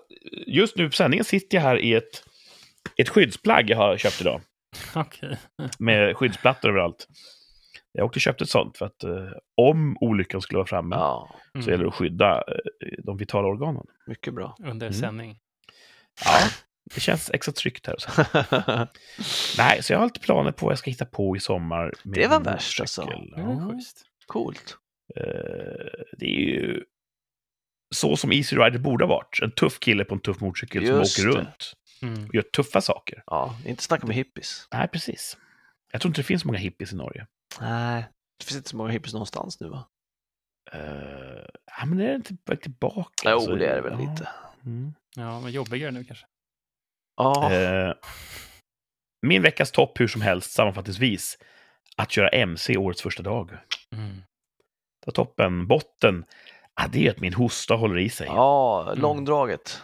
just nu på sändningen sitter jag här i ett, ett skyddsplagg jag har köpt idag. Okej. Med skyddsplattor överallt. Jag åkte och köpte ett sånt för att eh, om olyckan skulle vara framme Ja, så Mm. gäller det att skydda eh, de vitala organen. mycket bra. Under Mm. sändning. Ja, det känns extra tryggt här. och Så. Nej, så jag har lite planer på vad jag ska hitta på i sommar. Med Det var min värst, motorcykel. alltså. Det är Ja. schysst. Coolt. Eh, det är ju så som Easy Rider borde ha varit. En tuff kille på en tuff motorcykel som Just åker det. runt Mm. och gör tuffa saker. Ja, inte snacka med hippies. Nej, precis. Jag tror inte det finns så många hippies i Norge. Nej. Det finns inte så många hippies någonstans nu va? Eh, ja, men det är inte på väg tillbaka. Jo, alltså. det är det väl Ja. lite. Mm. Ja, men jobbigare nu kanske. Ja, Eh, min veckas topp, hur som helst, sammanfattningsvis, att köra MC årets första dag. Mm. Det var toppen. Botten, ah, det är att min hosta håller i sig. Ja. ja långdraget.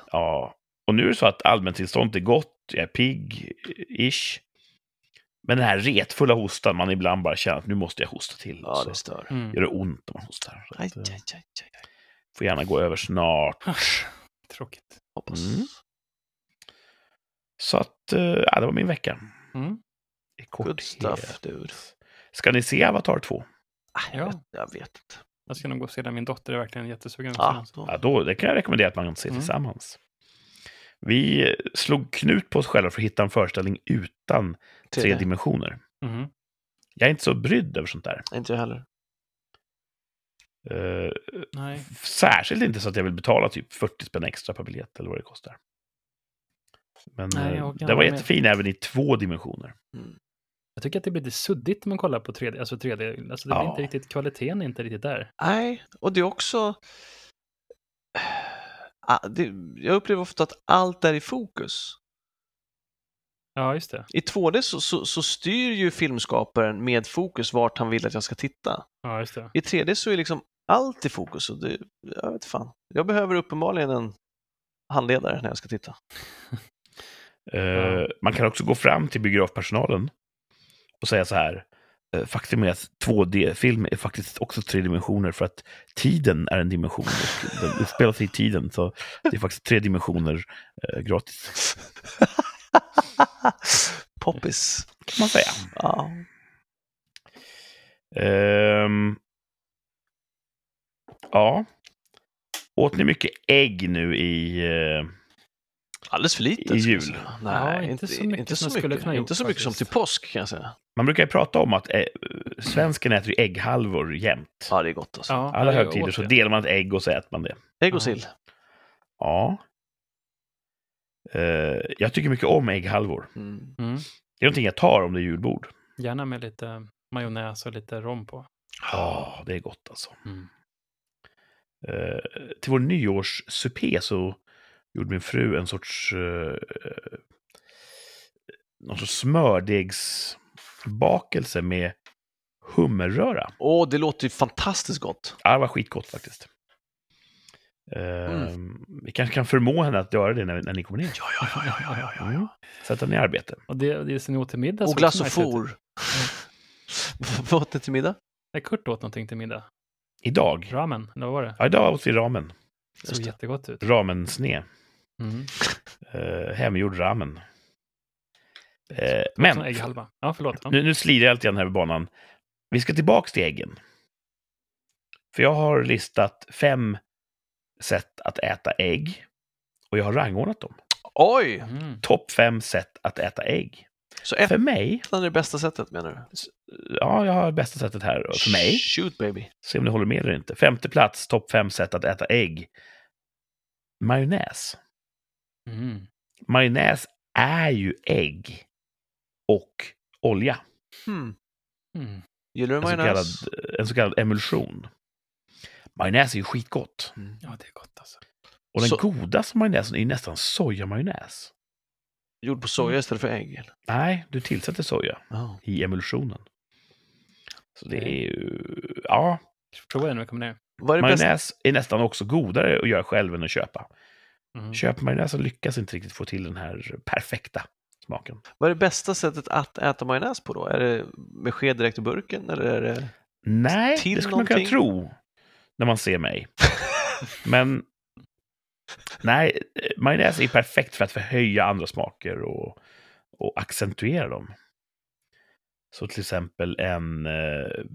Och nu är det så att allmäntillståndet är gott, jag är pigg, ish. Men den här retfulla hostan, man ibland bara känner att nu måste jag hosta till. Ja, så det stör. Mm. gör det ont om man hostar. Så Aj, att, eh, aj, aj, aj, aj. får gärna gå över snart. Tråkigt. Hoppas. Mm. Så att, eh, ja, det var min vecka. Mm. I Good korthet. stuff, dude. Ska ni se Avatar 2? Ah, jag, Ja. vet, jag vet inte. Jag ska nog gå och se den. Min dotter är verkligen jättesugen. på att se Ja, den. Ja, då. då, det kan jag rekommendera att man ser Mm. tillsammans. Vi slog knut på oss själva för att hitta en föreställning utan tre Tredje. dimensioner. Mhm. Jag är inte så brydd över sånt där. Inte jag heller. Eh, Nej. särskilt inte så att jag vill betala typ 40 spänn extra per biljett eller vad det kostar. Men Nej, jag eh, orkar den var inte med. jättefin även i två dimensioner. Jag tycker att det blir lite suddigt när man kollar på 3D. Alltså 3D. Alltså det blir Ja. inte riktigt, kvaliteten är inte riktigt där. Nej, och det är också... Ah, det, jag upplever ofta att allt är i fokus. Ja, just det. I 2D så, så, så styr ju filmskaparen med fokus vart han vill att jag ska titta. Ja, just det. I 3D så är liksom allt i fokus. Och det, jag vet fan. Jag behöver uppenbarligen en handledare när jag ska titta. Eh, Ja. Man kan också gå fram till biografpersonalen och säga så här. eh, Faktum är att 2D-film är faktiskt också tre dimensioner för att tiden är en dimension. Och den utspelar sig i tiden, så det är faktiskt tre dimensioner eh, gratis. Poppis. Kan man säga. Ja. Ehm, ja. Åt ni mycket ägg nu i... eh, Alldeles för lite. I ska jag jul. säga. Nej, Ja, inte så mycket inte som så jag skulle mycket. kunna gjort Inte så mycket som till faktiskt. påsk kan jag säga. man brukar ju prata om att eh, svensken äter ju ägghalvor jämt. Ja, det är gott alltså. Ja, Alla jag högtider åt så det. delar man ett ägg och så äter man det. Ägg och sill. Ja. Eh, jag tycker mycket om ägghalvor. Mm. Mm. Det är någonting jag tar om det är julbord. Gärna med lite majonnäs och lite rom på. Ja, det är gott alltså. Mm. Eh, till vår nyårssupé så gjorde min fru en sorts... Eh, eh, någon sorts smördegsbakelse med hummerröra. Åh, det låter ju fantastiskt gott. Ja, det var skitgott faktiskt. Eh, Vi kanske kan förmå henne att göra det när, när ni kommer ner. Ja, ja, ja, ja, ja, ja, ja. Mm. Sätta henne i arbete. Och det, det som ni åt till middag. liksom Och såg glass också och märkligt ut. for. Vad åt ni till middag? Nej, Kurt åt någonting till middag. Idag. Ramen, eller vad var det? Ja, idag åt vi ramen. Det såg det. jättegott ut. Ramensne. Mm. Eh, hemgjord ramen. Eh, Men. men, Ägghalva. Ja, förlåt. Ja. nu, nu slirar jag lite grann här i banan. Vi ska tillbaka till äggen. För jag har listat fem sätt att äta ägg. Och jag har rangordnat dem. Oj! Mm. Topp fem sätt att äta ägg. Så ett För mig, är det bästa sättet menar du? ja, jag har bästa sättet här. För mig, Shoot baby. se om ni håller med eller inte. Femte plats, topp fem sätt att äta ägg. Majonnäs. Mm. Majonnäs är ju ägg och olja. Hmm. Mm. Gillar du en så, majonnäs? kallad, en så kallad emulsion. Majonnäs är ju skitgott. Mm. Ja, det är gott alltså. Och den Så- godaste majonnäsen är ju nästan sojamajonnäs. Gjord på soja istället för ägg? eller? Nej, du tillsätter soja Ja. i emulsionen. Så det Okej. är ju... Ja, Prova den när vi kommer ner. Vad är det bästa? majonnäs är nästan också godare att göra själv än att köpa. Mm. Köper majonnäs så lyckas inte riktigt få till den här perfekta smaken. Vad är det bästa sättet att äta majonnäs på då? Är det med sked direkt ur burken eller är det... Nej, Till det skulle man kunna någonting? tro när man ser mig. Men nej, majonnäs är perfekt för att förhöja andra smaker och, och accentuera dem. Så till exempel en, eh,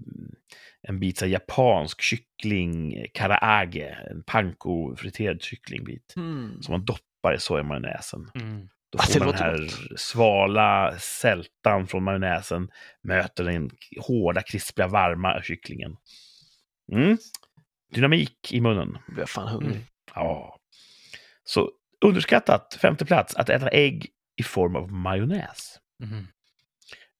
en bit så här, japansk kyckling, eh, karaage, en panko-friterad kycklingbit Mm. som man doppar i sojamajonnäsen. Mm. Då Ah, får det man den låter här gott. svala sältan från majonnäsen möter den hårda, krispiga, varma kycklingen. Mm. Dynamik i munnen. Nu blir jag fan hungrig. Mm. Ja. Så underskattat, femte plats, att äta ägg i form av majonnäs. Mm.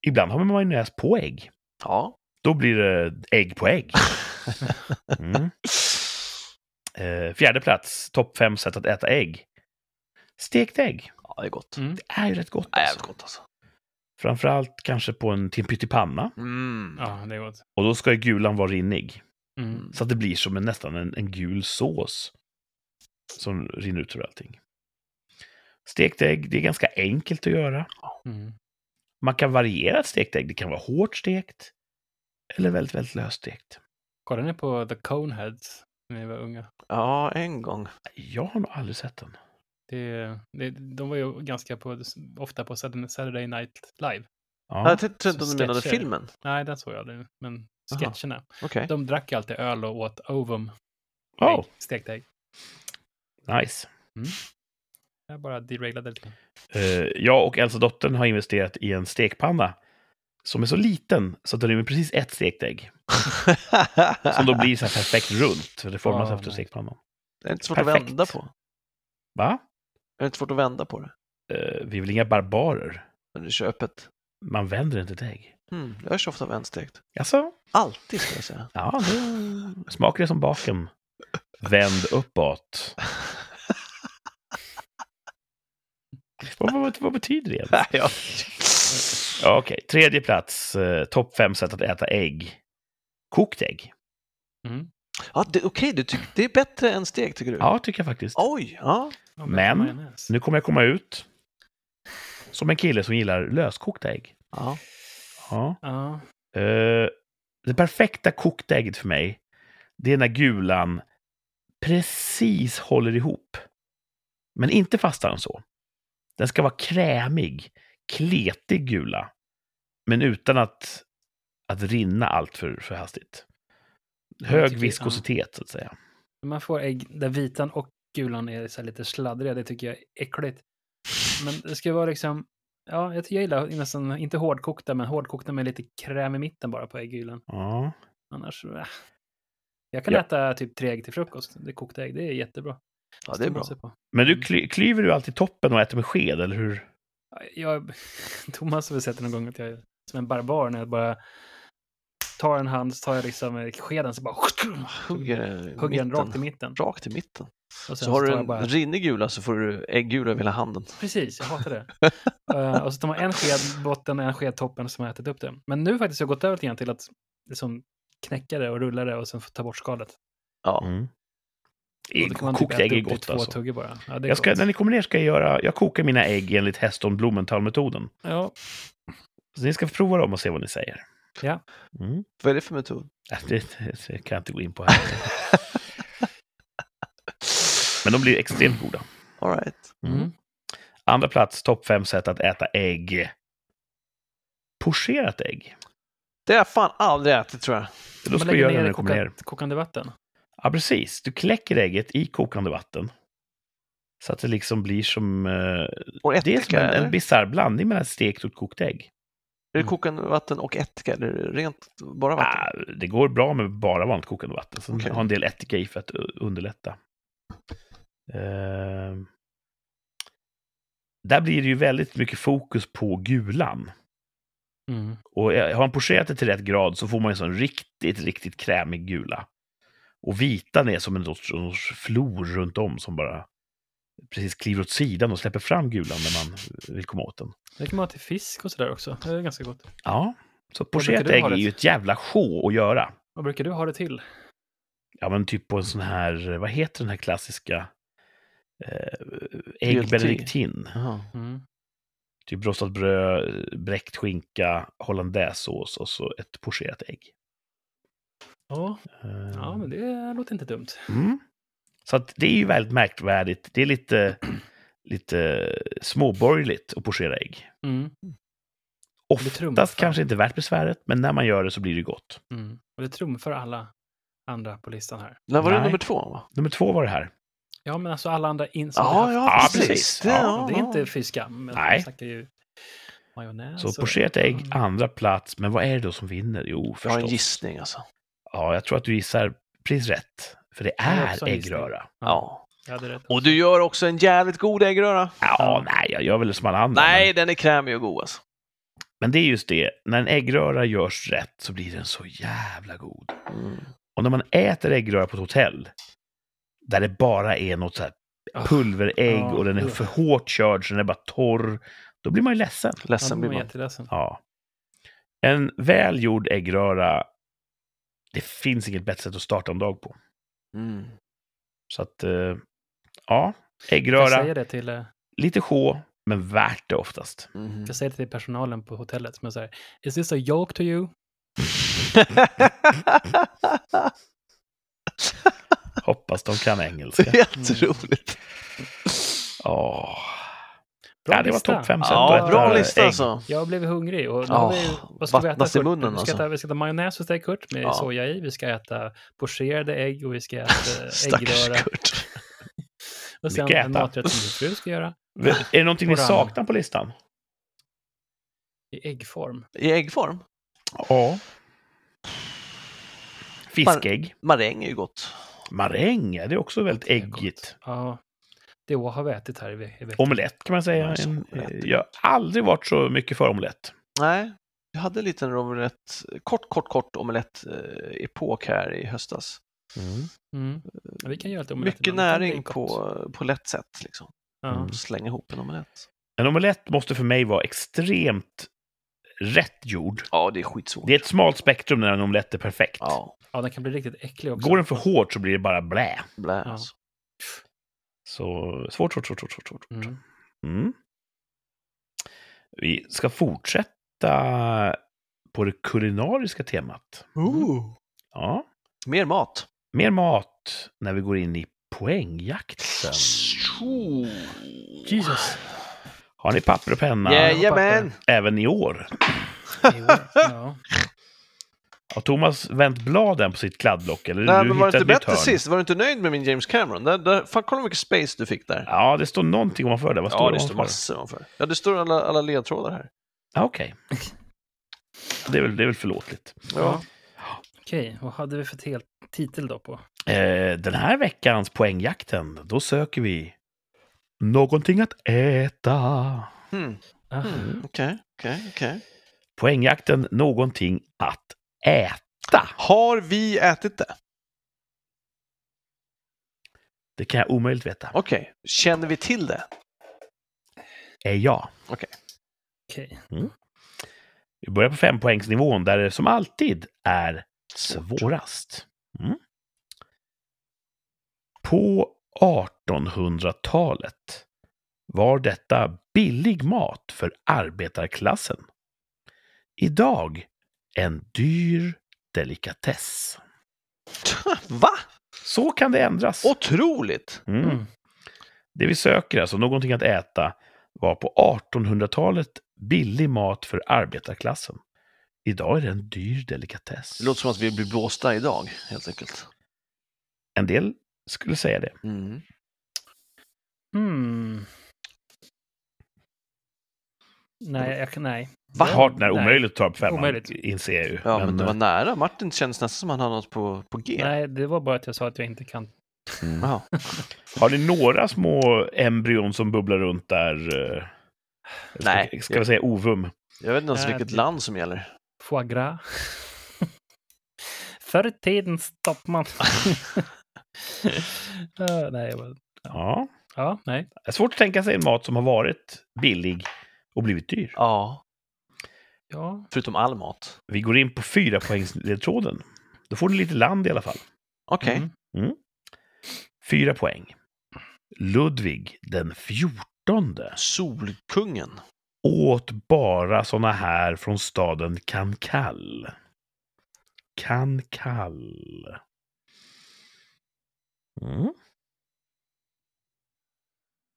Ibland har man majonnäs på ägg. Ja. Då blir det ägg på ägg. Mm. Eh, fjärde plats, topp fem sätt att äta ägg. Stekt ägg. ja, det är gott. Mm. Det är ju rätt gott. Ja, Alltså. Jävligt gott alltså. Framförallt kanske på en timpyttipanna. Mm. Ja, det är gott. Och då ska ju gulan vara rinnig. Mm. Så att det blir som en, nästan en, en gul sås. Som rinner ut över allting. Stekt ägg, det är ganska enkelt att göra. Mm. Man kan variera ett stekt ägg. Det kan vara hårt stekt. Eller väldigt, väldigt löst stekt. Kollade ni på The Coneheads när ni var unga? Ja, en gång. Jag har nog aldrig sett den. Det, det, de var ju ganska på, ofta på Saturday Night Live. Ja. jag tänkte inte om du sketcher. menade filmen. Nej, den såg jag aldrig, men Aha. sketcherna. Okej. De drack ju alltid öl och åt ovum, Oh, ägg, stekt ägg. nice. Jag bara derailade lite. Eh, jag och äldsta dottern har investerat i en stekpanna. Som är så liten så att det rymmer precis ett stekt ägg. Som då blir så här perfekt runt. för Det formas Ah, efter nice. stekpannan. det är inte svårt att perfekt. vända på. Va? Det är inte svårt att vända på det. Eh, vi är väl inga barbarer? Men du kör öppet. Man vänder inte ett ägg. Mm. Jag kör ofta vändstekt. Alltså, Alltid ska jag säga. ja, det smakar det som baken. Vänd uppåt. Vad, vad, vad betyder det? Nej, jag... Ja, Okej, tredje plats. Eh, Topp fem sätt att äta ägg. Kokt ägg. Mm. Ja, det- Okej, du tycker det är bättre än steg tycker du? Ja, tycker jag faktiskt. Oj, ja. Och Men- majonnäs. Nu kommer jag komma ut som en kille som gillar löskokta ägg. ja. Ja. Ja. Eh, det perfekta kokta ägget för mig, det är när gulan precis håller ihop. Men inte fastare än så. Den ska vara krämig, kletig gula. Men utan att, att rinna allt för, för hastigt. Jag Hög tycker- viskositet, så att säga. När man får ägg där vitan och gulan är så här lite sladdriga, det tycker jag är äckligt. Men det ska vara liksom, ja, jag, jag gillar nästan, inte hårdkokta, men hårdkokta med lite kräm i mitten bara på äggulan. Ja. Annars, äh. Jag kan Ja. äta typ tre ägg till frukost, det är kokta ägg, det är jättebra. ja, det är Står bra. man sig på. Men du kly, klyver du alltid toppen och äter med sked, eller hur? Ja, Jag, Thomas har väl sett det någon gång att jag är som en barbar när jag bara tar en hand, så tar jag liksom eh, skeden, så bara Hugger, den hugger den mitten. rakt i mitten. Rakt i mitten. Och Så, sen har du tar jag en rinnig gula så får du äggula över hela handen. Precis, jag hatar det. Eh, och så tar man en sked botten och en sked toppen som har ätit upp det. Men nu faktiskt har jag gått över lite grann till att liksom knäcka det och rulla det och sen få ta bort skalet. Ja. Mm. Och då kan man typ Kokta äta ägg är upp till gott två alltså. tuggor bara. Ja, det är Jag ska, gott. när ni kommer ner ska jag göra, jag kokar mina ägg enligt Heston Blumenthal-metoden. Ja, Så ni ska få prova dem och se vad ni säger. Ja. Mm. Vad är det för metod? Äh, Det, det, det kan jag inte gå in på här. Men de blir extremt goda. All right. Mm. Mm. Andra plats, topp fem sätt att äta ägg. Pocherat ägg. Det har jag fan aldrig ätit tror jag. Så Då man ska vi göra det när i du kommer koka, ner. kokande vatten. Ja, precis. Du kläcker ägget i kokande vatten. Så att det liksom blir som... Eh, Och det är som ättika, en, en eller? bisarr blandning mellan stekt och kokt ägg. Är det kokande vatten och ättika? Eller är det rent bara vatten? Ah, det går bra med bara vanligt kokande vatten. Sen Okej. har en del ättika i för att u- underlätta. Ehm. där blir det ju väldigt mycket fokus på gulan. Mm. Och eh, har man pocherat det till rätt grad så får man en sån riktigt, riktigt krämig gula. Och vitan är som en sorts, en sorts flor runt om som bara precis kliver åt sidan och släpper fram gulan när man vill komma åt den. Det kan man ha till fisk och sådär också. Det är ganska gott. Ja, så brukar pocherat du ägg ha är det? ju ett jävla show att göra. Vad brukar du ha det till? Ja, men typ på en sån här, vad heter den här klassiska? Eh, ägg Mjölkte. benediktin. Jaha. Mm. Typ rostat bröd, bräckt skinka, hollandaisesås och så ett pocherat ägg. Ja. Eh, ja, men det låter inte dumt. mm. Så att det är ju väldigt märkvärdigt. Det är lite, lite småborgerligt att pochera ägg. Mm. Det Oftast trumfar. kanske inte värt besväret, men när man gör det så blir det gott. Mm. Och det trumfar alla andra på listan här. När var det Nej. nummer två? Va? Nummer två var det här. Ja, men alltså alla andra in som vi Ja, haft. ja, Ja, precis. precis. Det, Ja, ja, Det är ja. inte fy skam. men Nej. Vi snackar ju majonnäs. Så och- pocherat ägg, ah. Mm. andra plats. Men vad är det då som vinner? Jo, Jag har en förstås. gissning alltså. ja, jag tror att du gissar precis rätt. För det har också är en gissning. äggröra. Ja. Jag hade rätt. Och du gör också en jävligt god äggröra. Ja, nej, jag gör väl som alla andra. Nej, Men, den är krämig och god alltså. men det är just det, när en äggröra görs rätt så blir den så jävla god. Och när man äter äggröra på ett hotell, där det bara är något så här Ah, pulverägg ja, och den är usch. för hårt körd så den är bara torr, då blir man ju ledsen. Ja, då Ledsen blir blir man man. jätteledsen. Ja. En välgjord äggröra, det finns inget bättre sätt att starta en dag på. Mm. Så att, eh, ja, Jag äggröra, säger det till, eh, lite sjå, men värt det oftast. Mhm. jag säger det till personalen på hotellet. Som jag säger, is this a joke to you? Hoppas de kan engelska. Jätteroligt. Ja, Bra ja det var lista. topp fem sätt Ja, att bra äta lista ägg. alltså. Jag blev hungrig. Och nu Ja, har vi, vad ska vi äta, Ah, vattnas i Kurt? munnen, vi, ska alltså. äta, vi ska äta majonnäs hos dig Kurt med Ja. soja i. Vi ska äta pocherade ägg och vi ska äta Stackars äggröra. Kurt. Och sen Mycket en äta. maträtt som min fru ska göra Är det någonting ni Koran. saknar på listan? i äggform. I äggform? Ja. Fiskägg. Maräng är ju gott. Maräng, ja, det är också väldigt Det är gott. äggigt. Ja, det jag har vi ätit här i, ve- i veckan. Omelett kan man säga. Nice, En, eh, omelett. jag har aldrig varit så mycket för omelett. Nej, jag hade en liten omelett, kort, kort, kort omelett-epok här i höstas. Mm. Ja, Vi kan göra lite omelett. Mycket ibland. Det kan bli näring gott. på, på lätt sätt. Liksom. Ja. Mm. Slänga ihop en omelett. En omelett måste för mig vara extremt rätt gjord. Ja, det är skitsvårt. Det är ett smalt spektrum när en omelett är perfekt. Ja, ja, den kan bli riktigt äcklig också. Går den för hårt så blir det bara blä. blä Ja. alltså. Så svårt, svårt, svårt, svårt, svårt. svårt. Mm. Mm. Vi ska fortsätta på det kulinariska temat. Ooh. Ja. Mm. Mer mat. Mer mat när vi går in i poängjakten. Ooh. Mm. Jesus. Har ni papper och penna Jajamän! även i år? Jo, ja. Har Thomas vänt bladen på sitt kladdblock? Eller Nej, du men var det hittat inte ett nytt bättre hörn? sist? Var du inte nöjd med min James Cameron? Där, där, fan, kolla hur mycket space du fick där. Ja, det står någonting ovanför det. Vad står Ja, det det står ovanför? massor ovanför. Ja, det står alla, alla ledtrådar här. Ja, Okej. Det är väl, det är väl förlåtligt. Ja. Okej, vad hade vi för tel- titel då på? Eh, den här veckans poängjakten, då söker vi någonting att äta. Hmm, Ah, hmm, Okej, okej, okej. Poängjakten, någonting att äta. Har vi ätit det? Det kan jag omöjligt veta. Okej. Känner vi till det? Är jag. Okej. Vi börjar på fempoängsnivån där det som alltid är svårast. Mm. På 1800-talet var detta billig mat för arbetarklassen. Idag en dyr delikatess. Va? Så kan det ändras. Otroligt! Mm. Mm. Det vi söker, alltså någonting att äta, var på 1800-talet billig mat för arbetarklassen. Idag är det en dyr delikatess. Det låter som att vi blir blåsta idag, helt enkelt. En del skulle säga det. Mm. Hmm. Nej, jag kan... Nej. Va? Hart Mm. när Nej. omöjligt att ta upp femman, Omöjligt. inser jag ju. Ja, men, det var eh, nära. Martin kändes nästan som han hade något på, på G. Nej, det var bara att jag sa att jag inte kan. Jaha. Har ni några små embryon som bubblar runt där? eh, Ska, Nej. ska vi säga ovum? Jag vet inte ens Nej, vilket det- land som gäller. Foie gras. Förr i tiden stoppade man. Eh, nej, jag bara... Ja. Ja, nej. Det är svårt att tänka sig en mat som har varit billig och blivit dyr. Ja, Ja, förutom all mat. Vi går in på fyra poängsledtråden. Då får du lite land i alla fall. Okej. Mm. Fyra poäng. Ludvig den fjortonde Solkungen. åt bara såna här från staden Cancall. Cancall. Mm.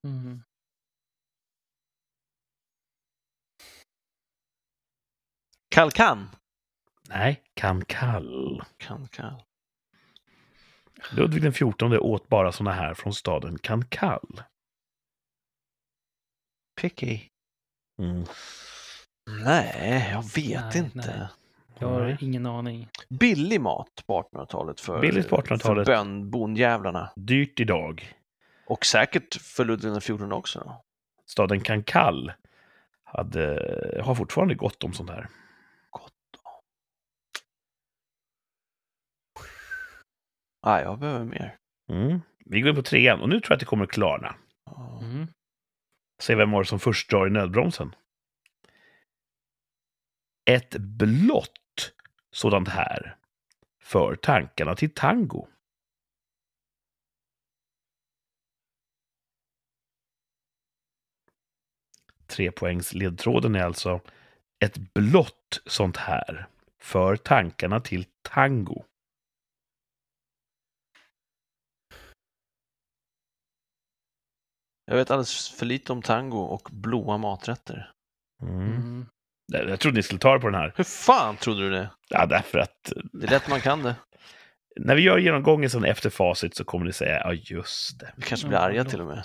Mm. Kalkan. Nej, Kamkall. Kalkan. Ludvig den XIV åt bara såna här från staden Kankall. Picky. Mm. Nej, jag vet Nej, inte. nej. Jag har Nej. ingen aning. Billig mat på 1800-talet för, Billigt på 1800-talet. för bön, bondjävlarna. Dyrt idag. Och säkert för Ludvig XIV också. Då. Staden Kankall hade, har fortfarande gott om sånt här. Ah, jag behöver mer. Mm. Vi går in på trean och nu tror jag att det kommer att klarna. Ja. Mm. Säg vem var det som först drar i nödbromsen? Ett blått sådant här för tankarna till tango. Trepoängsledtråden är alltså ett blått sånt här för tankarna till tango. Jag vet alldeles för lite om tango och blåa maträtter. Mm. Mm. Jag jag trodde ni skulle ta det på den här. Hur fan trodde du det? Ja, därför att Det är lätt man kan det. när vi gör genomgången sen efter facit så kommer ni säga ja just det. Vi kanske blir Ja, arga blå. till och med.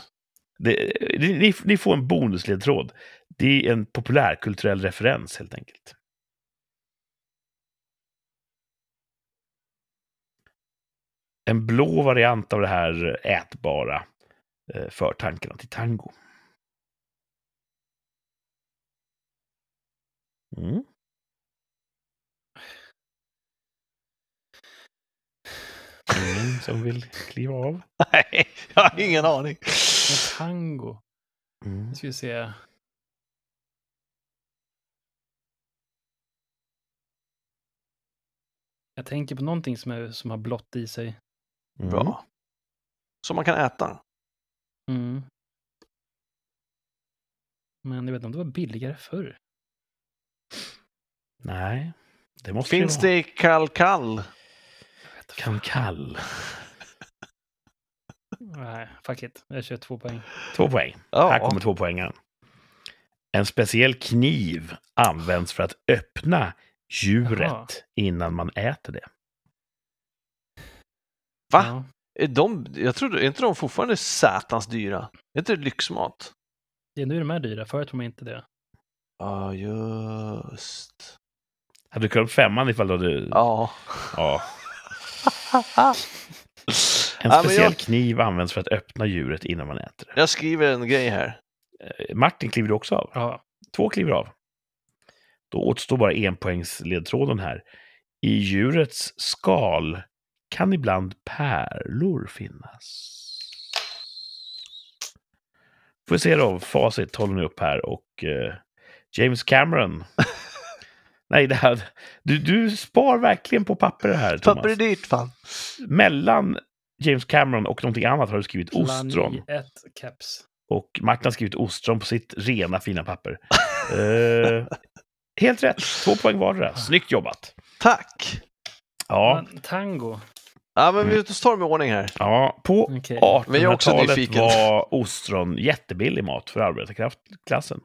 det ni, ni- ni får en bonusledtråd. Det är en populärkulturell referens helt enkelt. En blå variant av det här ätbara eh, för tankarna till tango. Mm. Ingen som vill kliva av? Nej, jag har ingen aning. Men tango. Mm. Nu ska vi se. Jag tänker på någonting som, är, som har blått i sig. Mm. Bra. Som man kan äta. Mm. Men jag vet inte om det var billigare förr. Nej, det måste Finns vara. det i Kalkal? Kankall. Nej, fuck it. Jag kör två poäng. Två poäng. Här kommer två poängen. En speciell kniv används för att öppna djuret Jaha. innan man äter det. Va? Ja. Är de, jag trodde, är inte de fortfarande satans dyra? Är inte det lyxmat? Ja, nu är de här dyra. Förut var de inte det. Ja, just. Hade du kunnat femman ifall du hade... Ja. Ja. En Ja, men speciell jag- kniv används för att öppna djuret innan man äter det. Jag skriver en grej här. Eh, Martin kliver du också av? Ja. Två kliver av. Då återstår bara enpoängsledtråden här. I djurets skal kan ibland pärlor finnas. Får vi se då, facit håller ni upp här och eh, James Cameron. Nej, det här, du, du spar verkligen på papper det här, Thomas. Papper är dyrt fan. Mellan James Cameron och någonting annat har du skrivit ostron. Planet caps. Och Martin har skrivit ostron på sitt rena fina papper. Eh, helt rätt, två poäng vardera. Snyggt jobbat! Tack! Ja, Men, tango. Ja, men Mm. vi tar dem i ordning här. ja på Okej. Men jag är också 1800-talet nyfiken. var ostron jättebillig mat för arbetarklassen.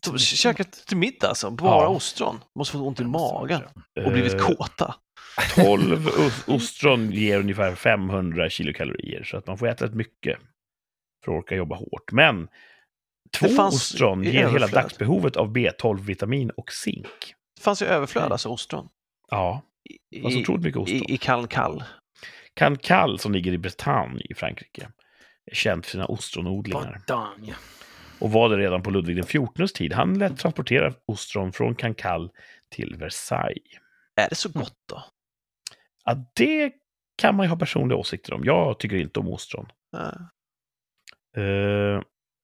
De Käkat till middag alltså, bara Mm. Ja. ostron. Måste fått ont i magen Eh, och blivit kåta. 12 os- ostron ger ungefär 500 kilokalorier, så att man får äta rätt mycket för att orka jobba hårt. Men två Det fanns ostron i ger hela överflöd. dagsbehovet av B12-vitamin och zink. Det fanns ju överflöd alltså, ostron. Ja, I, alltså otroligt mycket ostron. i, i kall kall. Cancale som ligger i Bretagne i Frankrike är känt för sina ostronodlingar Badang. och var det redan på Ludvig den XIVs tid. Han lät transportera ostron från Cancale till Versailles. Är det så Mm. gott då? Ja, det kan man ju ha personliga åsikter om. Jag tycker inte om ostron. Ja. Eh,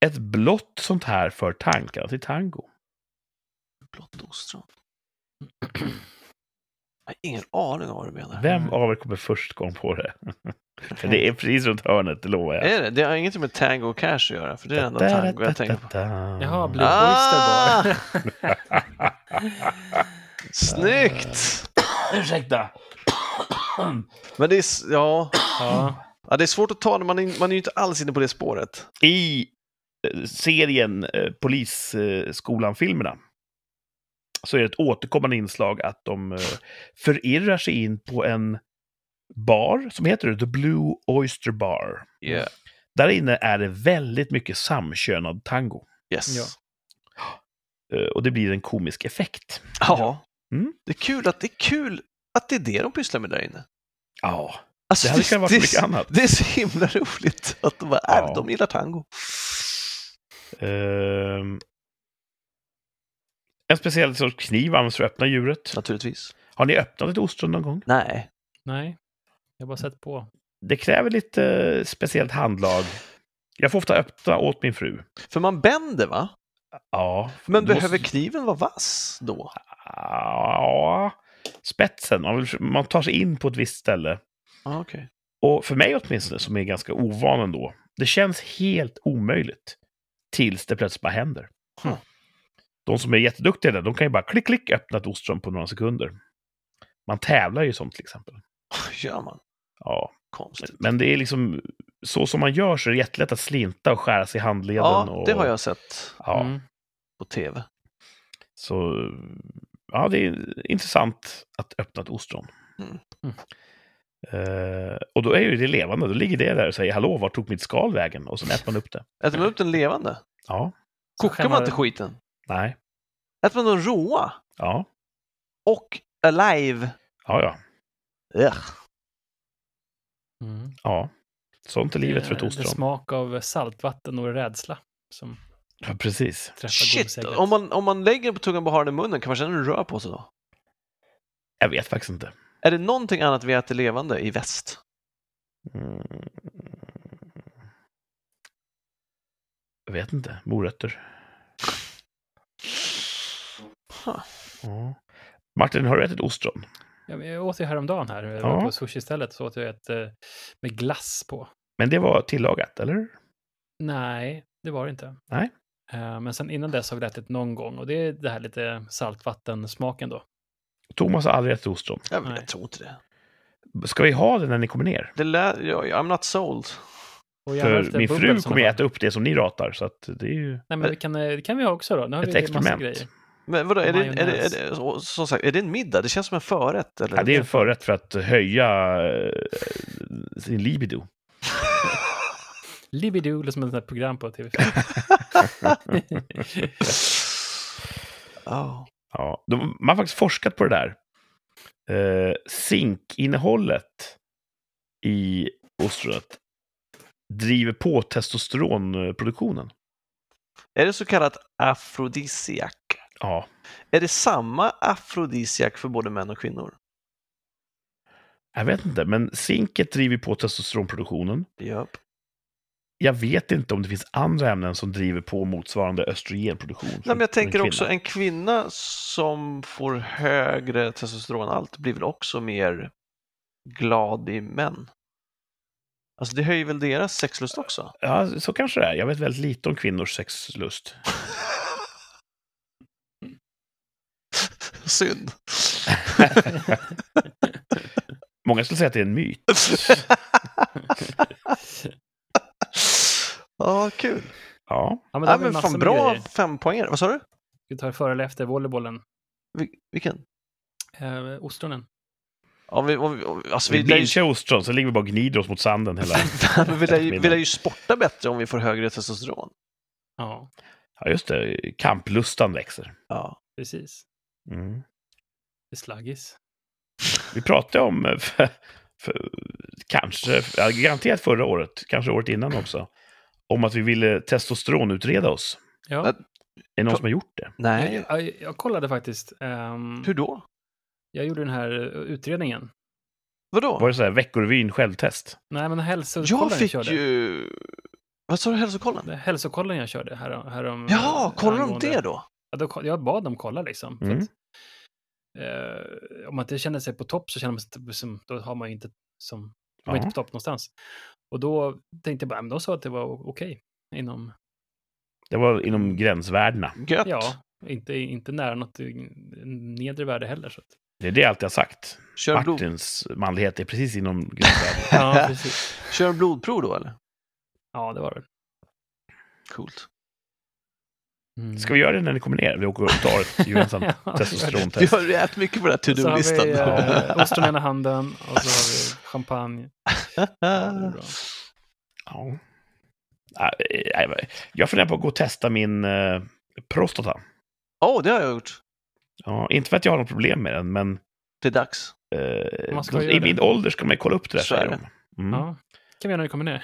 ett blått sånt här för tankarna till tango. Blått ostron. Jag har ingen aning om vad du menar. Vem av er kommer först gång på det? För det är precis runt hörnet, det lovar jag. Är det? Det har ingenting med tango och cash att göra, för det är det enda tango jag tänker på. Jaha, Blue Ah! Oyster Bar. Snyggt! Ursäkta! Men det är, s- ja, ja. ja, det är svårt att ta det. Man är, man är ju inte alls inne på det spåret. i eh, serien eh, Polisskolan-filmerna eh, så är det ett återkommande inslag att de eh, förirrar sig in på en bar som heter The Blue Oyster Bar. Yeah. Där inne är det väldigt mycket samkönad tango. Yes. Ja. Eh, Och det blir en komisk effekt. Ja. Mm. Det, är kul att, det är kul att det är det de pysslar med där inne. Ja, Alltså, det hade kunnat vara det, är mycket så- annat. det är så himla roligt att de bara är, Ja. de gillar tango. Ehm. en speciell sorts kniv används för att öppna djuret. Naturligtvis. Har ni öppnat ett ostron någon gång? Nej. Nej, jag har bara sett på. Det kräver lite eh, speciellt handlag. Jag får ofta öppna åt min fru. För man bänder va? Ja. Men du behöver Måste... kniven vara vass då? Ja, spetsen. Man, vill, man tar sig in på ett visst ställe. Ah, okej. Och för mig åtminstone, som är ganska ovan ändå, det känns helt omöjligt tills det plötsligt bara händer. Hmm. De som är jätteduktiga där, de kan ju bara klick, klick, öppna ett ostron på några sekunder. Man tävlar ju i sånt till exempel. Gör man? Ja, Konstigt. men det är liksom så som man gör så är det jättelätt att slinta och skära sig i handleden. Ja, och, det har jag sett Ja, Mm. på tv. Så ja, det är intressant att öppna ett ostron. Mm. Mm. Eh, och då är ju det levande, då ligger det där och säger hallå, vart tog mitt skal vägen? Och sen äter man upp det. Äter man upp den levande? Ja, Så Kokar man skämmer- inte skiten? nej, Äter man den råa? ja, Och alive? ja, ja, Ugh. Mm. ja. Sånt är livet för ett Det är ostron. smak av saltvatten och rädsla som Ja, precis. träffar Shit, gomsägret. om man, om man lägger den på tuggan och har den i munnen, kan man känna hur den rör på sig då? Jag vet faktiskt inte. Är det någonting annat vi äter levande i väst? Mm. Jag vet inte. Morötter. Huh. Ja. Martin, har du ätit ostron? Ja, men Jag åt ju häromdagen här, jag Ja. var på sushi-stället så åt jag ett eh, med glass på. Men det var tillagat, eller? Nej, det var det inte. Nej. Eh, Men sen innan dess har vi ätit någon gång och det är det här lite saltvattensmaken då. Thomas har aldrig ätit ostron. Jag, vet, Nej. jag tror inte det. Ska vi ha det när ni kommer ner? det lär, jag, I'm not sold. Och gärna För lite min bubbel fru i sådana kommer ju fall. äta upp det som ni ratar, så att det är ju... Nej, men vi kan, eh, det kan vi ha också då. Nu har Ett vi massa experiment. grejer. Men vadå, är det, är det, är Majonnäs. det, så- som sagt, är det en middag? Det känns som en förrätt. Eller? Ja, det är en förrätt för att höja eh, sin libido. Libidoo, det som ett sånt här program på TV4. Ja. Ja, de, man har faktiskt forskat på det där. Eh, zinkinnehållet i ostronet driver på testosteronproduktionen. Är det så kallat afrodisiak? Ja, Är det samma afrodisiak för både män och kvinnor? jag vet inte, men zinket driver på testosteronproduktionen. Japp. Jag vet inte om det finns andra ämnen som driver på motsvarande östrogenproduktion. Nej, men jag för en tänker kvinna. också en kvinna som får högre testosteronhalt blir väl också mer glad i män? Alltså det höjer väl deras sexlust också? Ja, så kanske det är. Jag vet väldigt lite om kvinnors sexlust. Synd. Många skulle säga att det är en myt. Ja, kul. Ja, ja, men det Ja, har vi men massor fan med bra grejer. fempoängare. Vad sa du? Vi tar före eller efter volleybollen. Vil- Vilken? Eh, ostronen. Ja, vi, om vi, om vi- alltså, vi, vi lär ju, lynchar ostron, sen ligger vi bara och gnider oss mot sanden hela... vi, lär ju, vi lär ju sporta bättre om vi får högre testosteron. Ja, Ja, just det. Kamplustan växer. Ja. precis. Mm. Det är slaggis. Vi pratade om, eh, för, för, kanske, ja, garanterat förra året, kanske året innan också, om att vi ville testosteronutreda oss. Ja. Är Men- det någon som har gjort det? Nej. Jag, jag, jag kollade faktiskt. ehm, Hur då? jag gjorde den här eh, utredningen. Var Vadå? det så här veckorevyn självtest? Nej, men hälsokollen Jag jag fick körde. ju... Vad sa du, hälsokollen? Det är hälsokollen jag körde härom... härom Ja, kollar de angående- det då? Ja, då ko- jag bad dem kolla liksom. För Mm. att, eh, om man inte känner sig på topp så känner man sig inte- som, då har man ju inte, som, man är inte Ja. på topp någonstans. Och då tänkte jag bara, men de sa att det var o- okej. Inom, Det var inom gränsvärdena. Gött. ja, inte, inte nära något eh, nedre värde heller. Så att, Det är det jag alltid har sagt. Kör, blod, Martins manlighet är precis inom gränsvärdena. ja, precis. kör blodprov då eller? Ja, det var det. Coolt. Mm. Ska vi göra det när ni kommer ner? Vi åker och tar ett gemensamt Ja, Du testosterontest. har rätt mycket på den här Så har to-do-listan. vi eh, osten i ena handen och så har vi champagne. Ja, det är bra. Ja. Nej, nej, eh, Jag funderar på att gå och testa min eh, prostata. Åh, det har jag gjort. Ja, inte för att jag har något problem med den, men Det är dags. eh, Man ska i göra det. min ålder ska man ju kolla upp det där, Så är säger de. Mm. Ja. Ja, kan vi göra när vi kommer ner.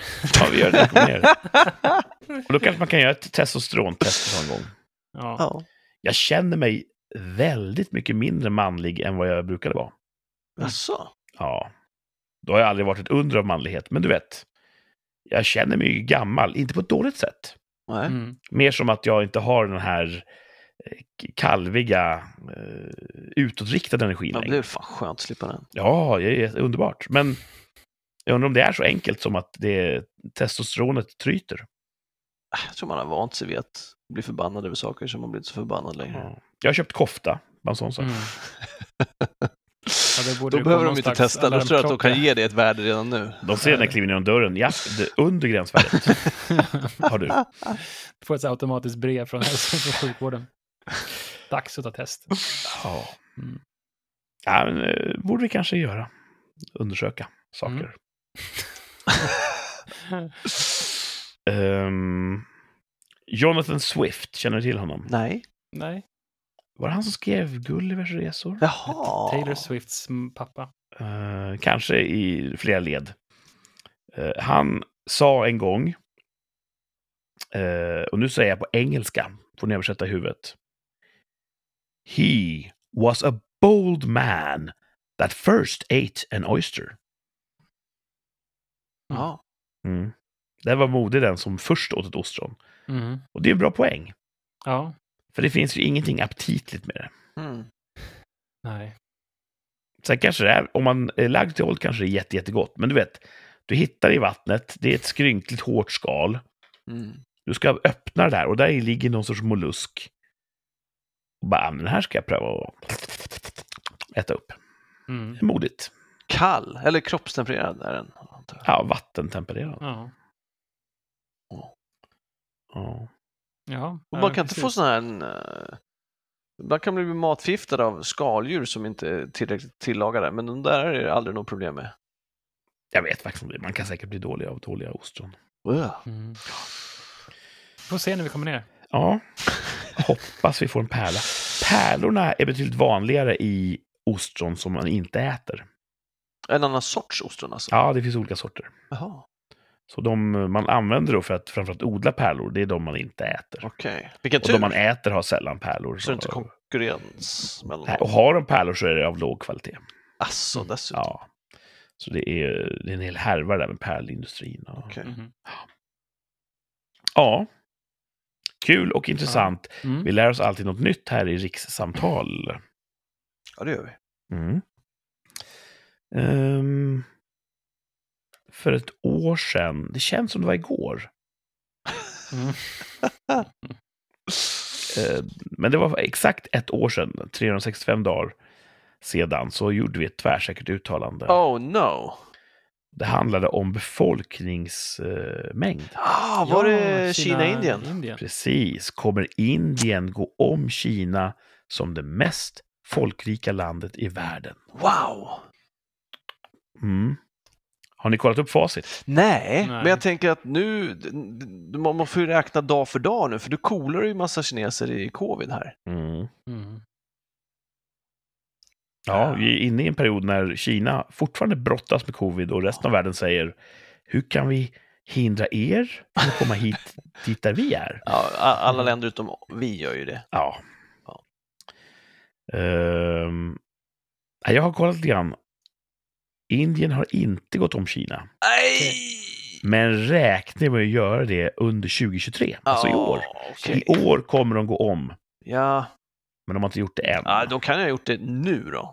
vi gör det när vi kommer ner. Och då kanske man kan göra ett testosterontest någon gång. Ja. Mm. Ja. Jag känner mig väldigt mycket mindre manlig än vad jag brukade vara. Jaså? Ja. Då har jag aldrig varit ett under av manlighet, men du vet. Jag känner mig ju gammal, inte på ett dåligt sätt. Nej. Mm. Mer som att jag inte har den här eh, k- kalviga, eh, utåtriktade energin Men längre. det är fan skönt att slippa den. Ja, det är underbart. Men jag undrar om det är så enkelt som att det testosteronet tryter. Äh, Jag tror man har vant sig vid att bli förbannad över saker som man blir inte så förbannad längre. Ja. Jag har köpt kofta, bara en sån sak. Mm. Ja, det borde Då ju behöver komma de inte någon slags testa, då tror jag att de kan alarmklocka. ge dig ett värde redan nu. De ser när jag kliver genom dörren, ja, det- under gränsvärdet har du. Du får ett så här automatiskt brev från hälso och sjukvården. Dags att ta test. Ja, Mm. ja men, eh, borde vi kanske göra. Undersöka saker. Mm. Mm. Ehm, Jonathan Swift, känner du till honom? Nej. Nej, Var det han som skrev Gullivers resor? Jaha. Taylor Swifts m- pappa. Eh, kanske i flera led. Eh, han sa en gång, eh, och nu säger jag på engelska, får ni översätta i huvudet. He was a bold man that first ate an oyster. Ja. Mm. Den var modig den som först åt ett ostron. Mm. Och det är en bra poäng, Ja, för det finns ju ingenting aptitligt med det. Mm. nej. Sen kanske det är, om man är lagd till hållet kanske det är jätte, jättegott, men du vet, du hittar i vattnet, det är ett skrynkligt hårt skal, Mm. Du ska öppna det där och där i ligger någon sorts mollusk. Och bara, "Ah, men den här ska jag pröva att äta upp. Mm. Modigt. Kall, eller kroppstempererad är den. antar jag. Ja, vattentempererad. Ja. Ja. Ja, Och ja, man kan inte få precis. sån här... En, eh, man kan bli matförgiftad av skaldjur som inte är tillräckligt tillagade, men de där är det aldrig något problem med. Jag vet faktiskt inte, man kan säkert bli dålig av dåliga ostron. Ugh. Mm. Får se när vi kommer ner. Ja, hoppas vi får en pärla. Pärlorna är betydligt vanligare i ostron som man inte äter. En annan sorts ostron alltså? Ja, det finns olika sorter. Jaha, Så de man använder då för att framförallt odla pärlor, det är de man inte äter. okej. Vilken Och de tur! man äter har sällan pärlor. typ. Så det är inte konkurrens mellan Nej, dem. och har de pärlor så är det av låg kvalitet. Alltså, dessutom. Ja. Så det är, det är en hel härva där med pärlindustrin. Och... Okej. Mhm. Ja. Kul och intressant. Mm. Vi lär oss alltid något nytt här i rikssamtal. Ja, det gör vi. Mm. Ehm, för ett år sedan, det känns som det var igår, Mm. Ehm, men det var exakt ett år sedan, 365 dagar sedan, så gjorde vi ett tvärsäkert uttalande. Oh no! Det handlade om befolkningsmängd. Ah, var det Ja, Kina-Indien? Indien. Precis. Kommer Indien gå om Kina som det mest folkrika landet i världen? Wow! Mm. Har ni kollat upp facit? Nej, Nej. men jag tänker att nu, d- d- man man får ju räkna dag för dag nu, för du coolar ju massa kineser i covid här. Mm. Ja, vi är inne i en period när Kina fortfarande brottas med covid och resten av världen säger hur kan vi hindra er från att komma hit dit där vi är? Ja, a- alla Mm. länder utom vi gör ju det. Ja. Ja. Ehm, nej, jag har kollat lite grann. Indien har inte gått om Kina, Nej! men räknar med att göra det under 2023, alltså i Ja, år. okej. I år kommer de gå om, Ja. men de har inte gjort det än. ja, de kan ju ha gjort det nu då.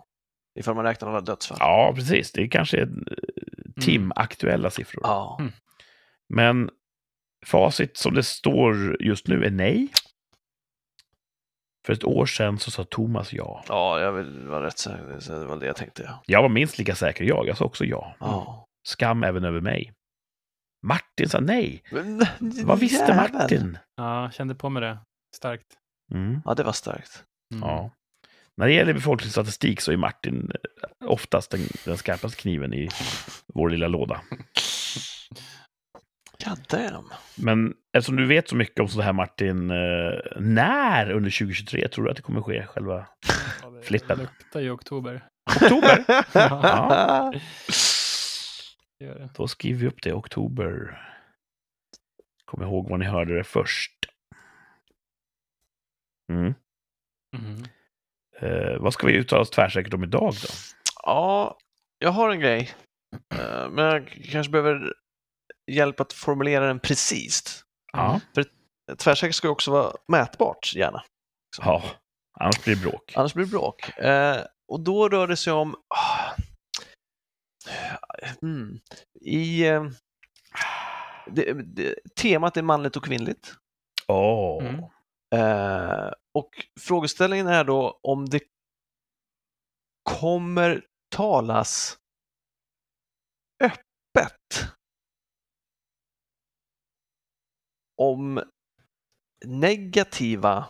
Ifall man räknar alla dödsfall. Ja, precis. Det är kanske eh, timaktuella siffror. Mm. Ja. Men facit som det står just nu är nej. För ett år sedan så sa Thomas ja. Ja, jag vill- var rätt säker. så Det var det jag tänkte. Ja. Jag var minst lika säker jag, jag sa också ja. Ja. Skam även över mig. Martin sa nej. Men, Vad visste jävel. Martin? Ja, kände på med det. Starkt. Mm. Ja, det var starkt. Mm. Ja. När det gäller befolkningsstatistik så är Martin eh, oftast den, den skarpaste kniven i vår lilla låda. God damn. Men eftersom du vet så mycket om sådär här Martin, eh, när under 2023 tror du att det kommer ske själva Ja, det Flippen. luktar ju oktober. oktober? ja. Det gör det. Då skriver vi upp det, oktober. Kom ihåg var ni hörde det först. Mm. Mhm. Eh, vad ska vi uttala oss tvärsäkert om idag då? ja, jag har en grej. Eh, Men jag kanske behöver hjälp att formulera den precis. Ja. Tvärsäkert ska ju också vara mätbart, gärna. ja. Annars blir det bråk. Annars blir det bråk. Eh, och då rör det sig om... ah, Mm. I... Eh, det, det, temat är manligt och kvinnligt. Åh. Mm. Eh, och frågeställningen är då om det kommer talas öppet om negativa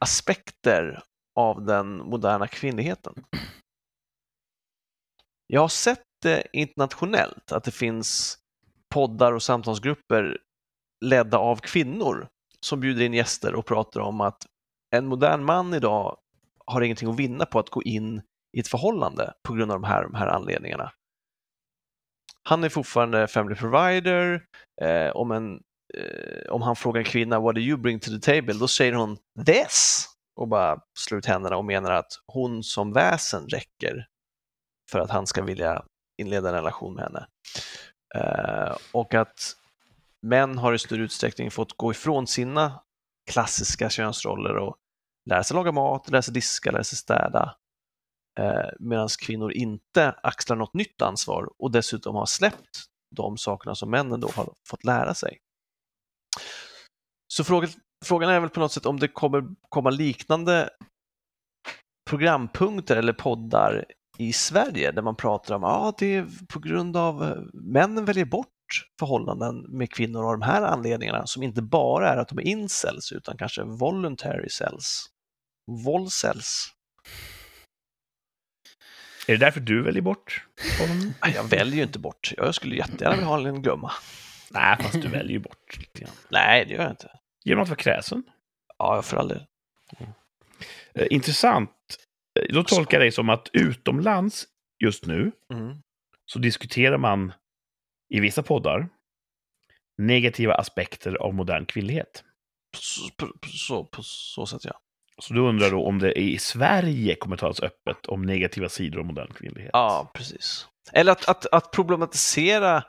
aspekter av den moderna kvinnligheten. Jag har sett det internationellt, att det finns poddar och samtalsgrupper ledda av kvinnor som bjuder in gäster och pratar om att en modern man idag har ingenting att vinna på att gå in i ett förhållande på grund av de här, de här anledningarna. Han är fortfarande family provider. Eh, om, en, eh, om han frågar en kvinna “What do you bring to the table?” då säger hon “This” och bara slår ut händerna och menar att hon som väsen räcker för att han ska vilja inleda en relation med henne. Eh, och att män har i större utsträckning fått gå ifrån sina klassiska könsroller och lära sig laga mat, lära sig diska, lära sig städa. Eh, Medan kvinnor inte axlar något nytt ansvar och dessutom har släppt de sakerna som männen då har fått lära sig. Så frågan, frågan är väl på något sätt om det kommer komma liknande programpunkter eller poddar i Sverige där man pratar om att ah, det är på grund av eh, männen väljer bort förhållanden med kvinnor av de här anledningarna som inte bara är att de är incels utan kanske voluntary cells. Volcells. Är det därför du väljer bort honom? Ah, Jag väljer ju inte bort. Jag skulle jättegärna vilja ha en gumma. Nej, fast du väljer ju bort lite grann. Nej, det gör jag inte. Genom att vara kräsen. Ja, för all del. Eh, intressant. Eh, Då tolkar jag dig som att utomlands just nu Mm. så diskuterar man i vissa poddar negativa aspekter av modern kvinnlighet. Så, på, på- så, på så sätt, ja. Så du undrar då om det i Sverige kommer talas öppet om negativa sidor av modern kvinnlighet? Ja, precis. Eller att, att, att problematisera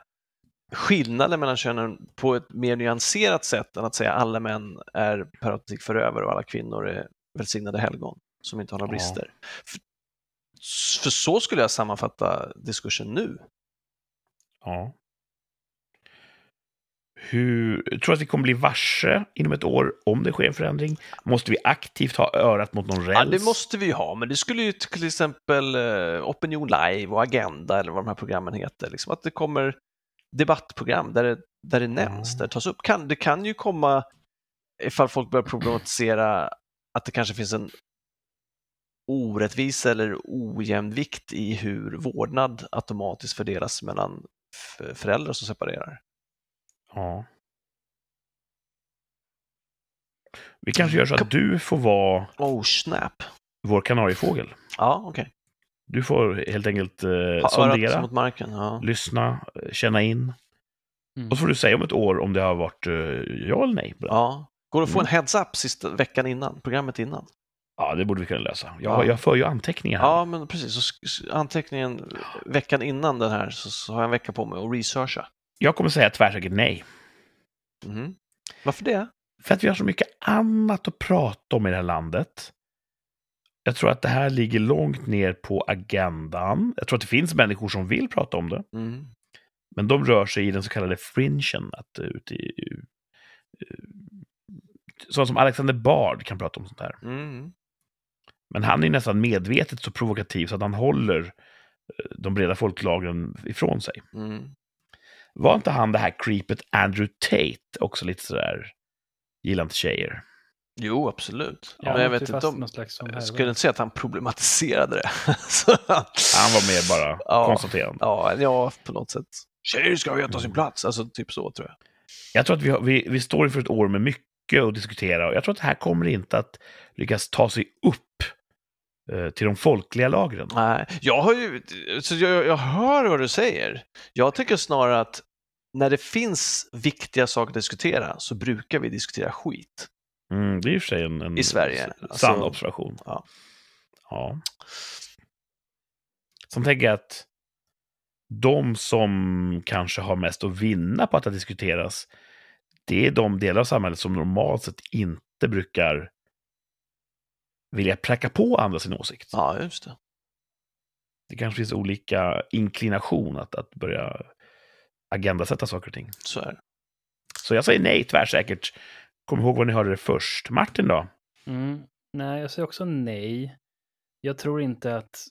skillnaden mellan könen på ett mer nyanserat sätt än att säga alla män är per automatik förövare och alla kvinnor är välsignade helgon som inte har några Ja. brister. För, för så skulle jag sammanfatta diskursen nu. Ja. Hur, tror du att vi kommer bli varse inom ett år om det sker en förändring? Måste vi aktivt ha örat mot någon räls? Ja, det måste vi ju ha, men det skulle ju till exempel eh, Opinion Live och Agenda eller vad de här programmen heter, liksom att det kommer debattprogram där det, där det nämns, Ja. där det tas upp. Kan, det kan ju komma ifall folk börjar problematisera att det kanske finns en orättvisa eller ojämvikt i hur vårdnad automatiskt fördelas mellan f- föräldrar som separerar. Ja. Vi kanske gör så att du får vara Oh, snap! vår kanariefågel. Ja, okej. Du får helt enkelt eh, Ha örat sondera, mot marken. Ja. lyssna, eh, känna in. Mm. Och så får du säga om ett år om det har varit eh, ja eller nej. på det. ja. Går det att få en Mm. heads-up sista veckan innan, programmet innan? Ja, det borde vi kunna lösa. Jag, Ja. jag för ju anteckningar här. Ja, men precis. Så sk- s- anteckningen veckan innan den här så, så har jag en vecka på mig att researcha. Jag kommer säga tvärsäkert nej. Mhm. Varför det? För att vi har så mycket annat att prata om i det här landet. Jag tror att det här ligger långt ner på agendan. Jag tror att det finns människor som vill prata om det. Mm. Men de rör sig i den så kallade fringen. Att eh, ute i, eh, sådana som Alexander Bard kan prata om sånt här. Mm. Men han är ju nästan medvetet så provokativ så att han håller eh, de breda folklagren ifrån sig. Mm. Var inte han det här creepet Andrew Tate också lite sådär, gillar inte tjejer? Jo, absolut. Ja, men jag han åkte vet ju inte fast i om... någon slags sån här- Jag skulle inte säga att han problematiserade det. Så att- Han var med bara, Ja. konstaterande. Ja, ja, på något sätt. Tjejer ska veta sin plats. Alltså typ så tror jag. Jag tror att vi, har, vi, vi står inför ett år med mycket att diskutera och jag tror att det här kommer inte att lyckas ta sig upp eh, till de folkliga lagren. Nej, jag har ju, så jag, jag hör vad du säger. Jag tänker snarare att när det finns viktiga saker att diskutera så brukar vi diskutera skit. Mm, det är i och för sig en, en I Sverige, s- alltså. sann observation. Ja. Ja. Sen tänker jag att de som kanske har mest att vinna på att det diskuteras, det är de delar av samhället som normalt sett inte brukar vilja pracka på andra sin åsikt. Ja, just det. Det kanske finns olika inklination att, att börja agendasätta saker och ting. Så är det. Så jag säger nej tvärsäkert. Kom ihåg var ni hörde det först. Martin då? Mm. Nej, jag säger också nej. Jag tror inte att,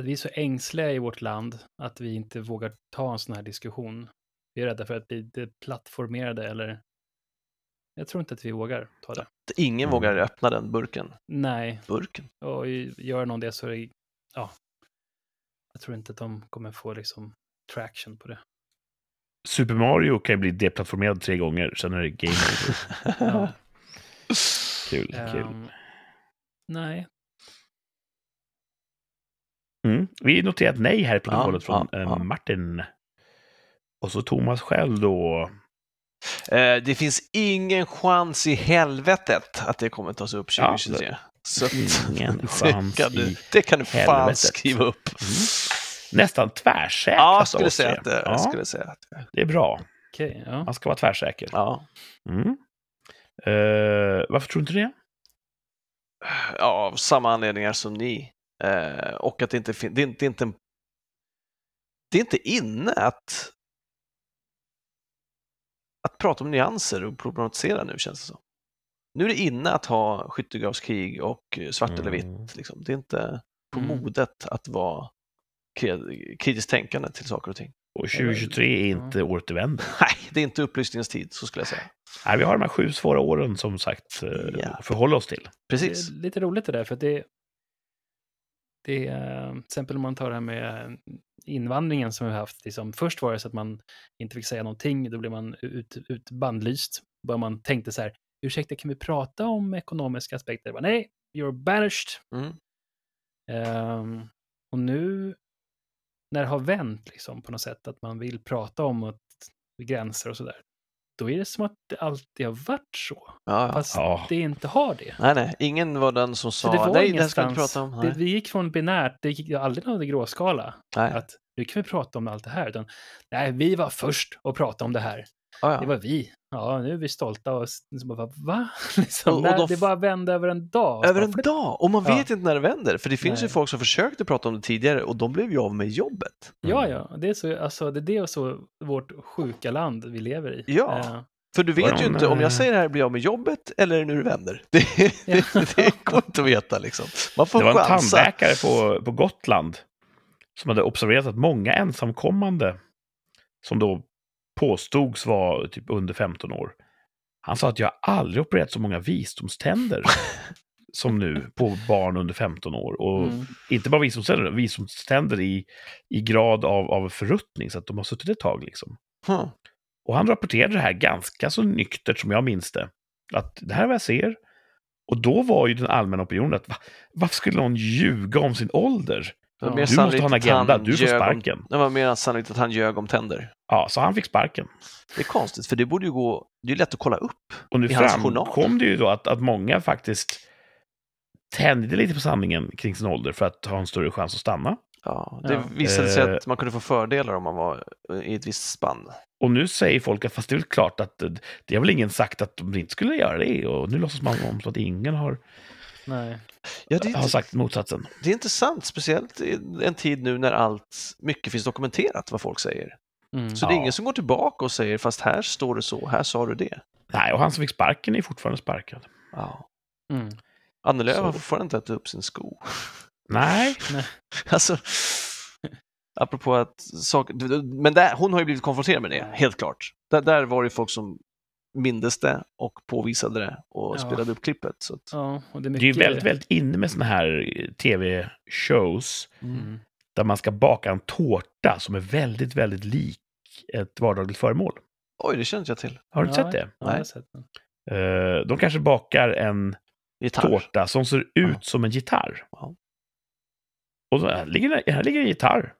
att vi är så ängsliga i vårt land att vi inte vågar ta en sån här diskussion. Vi är rädda för att bli det- plattformerade eller... Jag tror inte att vi vågar ta det. Ingen Mm. vågar öppna den burken. Nej, Burken. och i- gör någon det så är det... Ja. Jag tror inte att de kommer få liksom traction på det. Super Mario kan ju bli deplattformerad tre gånger, sen är det game over. Ja. Kul, kul. Ehm, nej, Mm. Vi noterar ett nej här i protokollet Ja, från ja, eh, ja. Martin. Och så Thomas själv då. Eh, det finns ingen chans i helvetet att det kommer tas upp Ja, 2023. så att- Ingen det chans kan du, i... det kan du fan helvetet. Mm. skriva upp. Nästan tvärsäkert. Ja, av jag skulle oss säga tre. att det, ja, jag skulle säga att det. Det är bra. okej. ja. Man ska vara tvärsäker. Ja. Mm. Eh, varför tror du inte det? ja, av samma anledningar som ni. Eh, och att det inte finns, det, är inte- det är inte en, det är inte inne att att prata om nyanser och problematisera nu känns det som. Nu är det inne att ha skyttegravskrig och eh, svart eller vitt. Mm. Liksom. Det är inte på Mm. modet att vara kre- kritiskt tänkande till saker och ting. Och 2023 är inte återvändo. Nej, det är inte upplysningens tid, så skulle jag säga. Nej, vi har de här sju svåra åren som sagt eh, Ja. att förhålla oss till. Det Precis. är lite roligt det där, för att det, det är, eh, till exempel om man tar det här med invandringen som vi har haft. Liksom, först var det så att man inte fick säga någonting, då blev man ut, ut bandlyst. Bara man tänkte så här, ursäkta, kan vi prata om ekonomiska aspekter? Jag Bara, Nej, you're banished. Mm. Ehm, och nu när det har vänt liksom, på något sätt, att man vill prata om att, gränser och sådär, då är det som att det alltid har varit så, Ja, ja. fast Ja. det inte har det. Nej, nej, ingen var den som Så sa det var nej, det här ska vi ingenstans. inte prata om. Nej. det, vi gick från binärt, det gick aldrig någon gråskala, nej. att nu kan vi prata om allt det här, utan nej, vi var först och pratade om det här. Ja, ja. Det var vi. Ja, nu är vi stolta och s- liksom bara, va? Liksom, Och- och nej, de f- det bara vände över en dag. Över en Bara, dag! Och man Ja. vet inte när det vänder. För det finns ju Nej. folk som försökte prata om det tidigare och de blev ju av med jobbet. Ja, ja, det är, så, alltså, det är det och så vårt sjuka land vi lever i. Ja. Eh, För du vet Var ju de, inte om eh, jag säger det här blir jag av med jobbet eller är det nu det vänder. Det, det, det går inte att veta liksom. Man får Det var en chansa. tandläkare på, på Gotland som hade observerat att många ensamkommande som då påstods vara typ under 15 år. Han sa att jag har aldrig opererat så många visdomständer som nu på barn under 15 år. Och mm. inte bara visdomständer, visdomständer i, i grad av, av förruttning, så att de har suttit ett tag liksom. Hmm. Och han rapporterade det här ganska så nyktert som jag minns det. Att det här är vad jag ser. Och då var ju den allmänna opinionen att va, varför skulle någon ljuga om sin ålder? Det Ja. var mer Du måste sannolikt ha en att agenda, han du får ljög om- sparken. Det var mer sannolikt att han ljög om tänder. Ja, så han fick sparken. Det är konstigt, för det borde ju gå... Det är ju lätt att kolla upp. Och nu I hans journal. framkom det ju då att, att många faktiskt tänjde lite på sanningen kring sin ålder för att ha en större chans att stanna. Ja, det Ja. visade sig Eh. att man kunde få fördelar om man var i ett visst spann. Och nu säger folk att fast det är väl klart att eh, det har väl ingen sagt att de inte skulle göra det. Och nu låtsas man om så att ingen har, Nej. Ja, det är har inte- sagt motsatsen. Det är intressant, speciellt i en tid nu när allt mycket finns dokumenterat vad folk säger. Mm. Så det är Ja. ingen som går tillbaka och säger fast här står det så, här sa du det. Nej, och han som fick sparken är fortfarande sparkad. Ja. Mm. Annie Lööf Så. har fortfarande inte ätit upp sin sko. Nej, Alltså, apropå Mm. att saker... Men där, hon har ju blivit konfronterad med det, helt klart. Där, där var det ju folk som mindes det och påvisade det och Ja. spelade upp klippet. Så att, Ja, och det är mycket... Det är ju väldigt, väldigt inne med såna här eh, tv-shows Mm. där man ska baka en tårta som är väldigt, väldigt lik ett vardagligt föremål. Oj, det kände jag till. Har du inte Ja. sett det? Ja, jag har Nej. sett den. Eh, De kanske bakar en Gitarr. tårta som ser ut Ja. som en gitarr. Ja. Och så här ligger, här ligger en gitarr.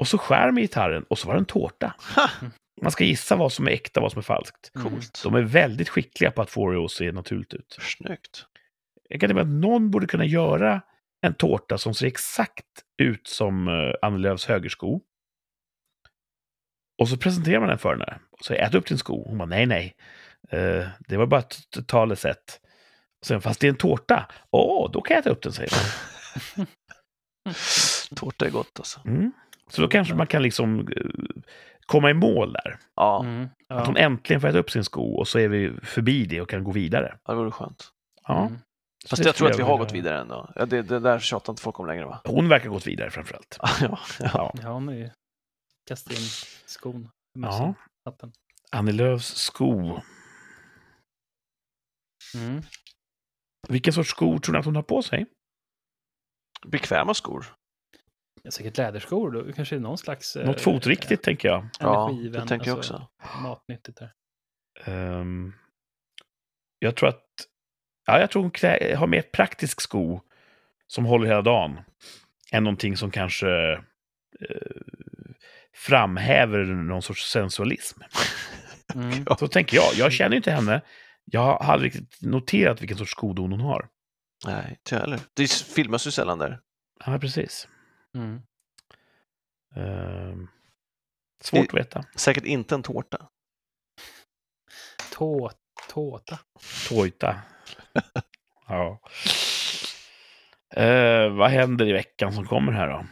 Och så skär med gitarren och så var det en tårta. Ha! Man ska gissa vad som är äkta och vad som är falskt. Mm. Coolt. Mm. De är väldigt skickliga på att få det att se naturligt ut. Snyggt. Jag kan tänka mig att någon borde kunna göra en tårta som ser exakt ut som eh, Annie Lööfs högersko. Och så presenterar man den för henne. Och så ät upp din sko. Hon bara, nej, nej. Eh, det var bara ett totalt sätt. Och sen, fast det är en tårta. Åh, då kan jag äta upp den, säger hon. Tårta är gott alltså. Mm. Så då kanske man kan liksom eh, komma i mål där. Ja, Mm. Att Ja. hon äntligen får äta upp sin sko och så är vi förbi det och kan gå vidare. det vore skönt. Ja. Mm. Så Fast det jag tror skulle att vi jag har vilja gått göra. vidare ändå. Ja, det, det där tjatar inte folk om längre va? Hon verkar ha gått vidare framförallt. ja, ja. Ja. Ja, hon har ju kastat in skon. i ja. mössan, tappen. Annie Lööfs sko. Mm. Vilken sorts skor tror ni att hon har på sig? Bekväma skor. Ja, säkert läderskor då. Kanske någon slags... eh, Något fotriktigt, tänker jag. Ja, Energivän, det tänker jag alltså. också. matnyttigt där. Ehm, jag tror att... Ja, jag tror hon klä, har mer ett praktisk sko som håller hela dagen än någonting som kanske eh, framhäver någon sorts sensualism. Mm. Så tänker jag. Jag känner ju inte henne. Jag har aldrig riktigt noterat vilken sorts skodon hon har. Nej, inte jag heller. Det filmas ju sällan där. Ja, precis. Mm. Ehm, svårt att veta. Säkert inte en tårta. Tå, tåta. Toyota. ja. Eh, vad händer i veckan som kommer här då?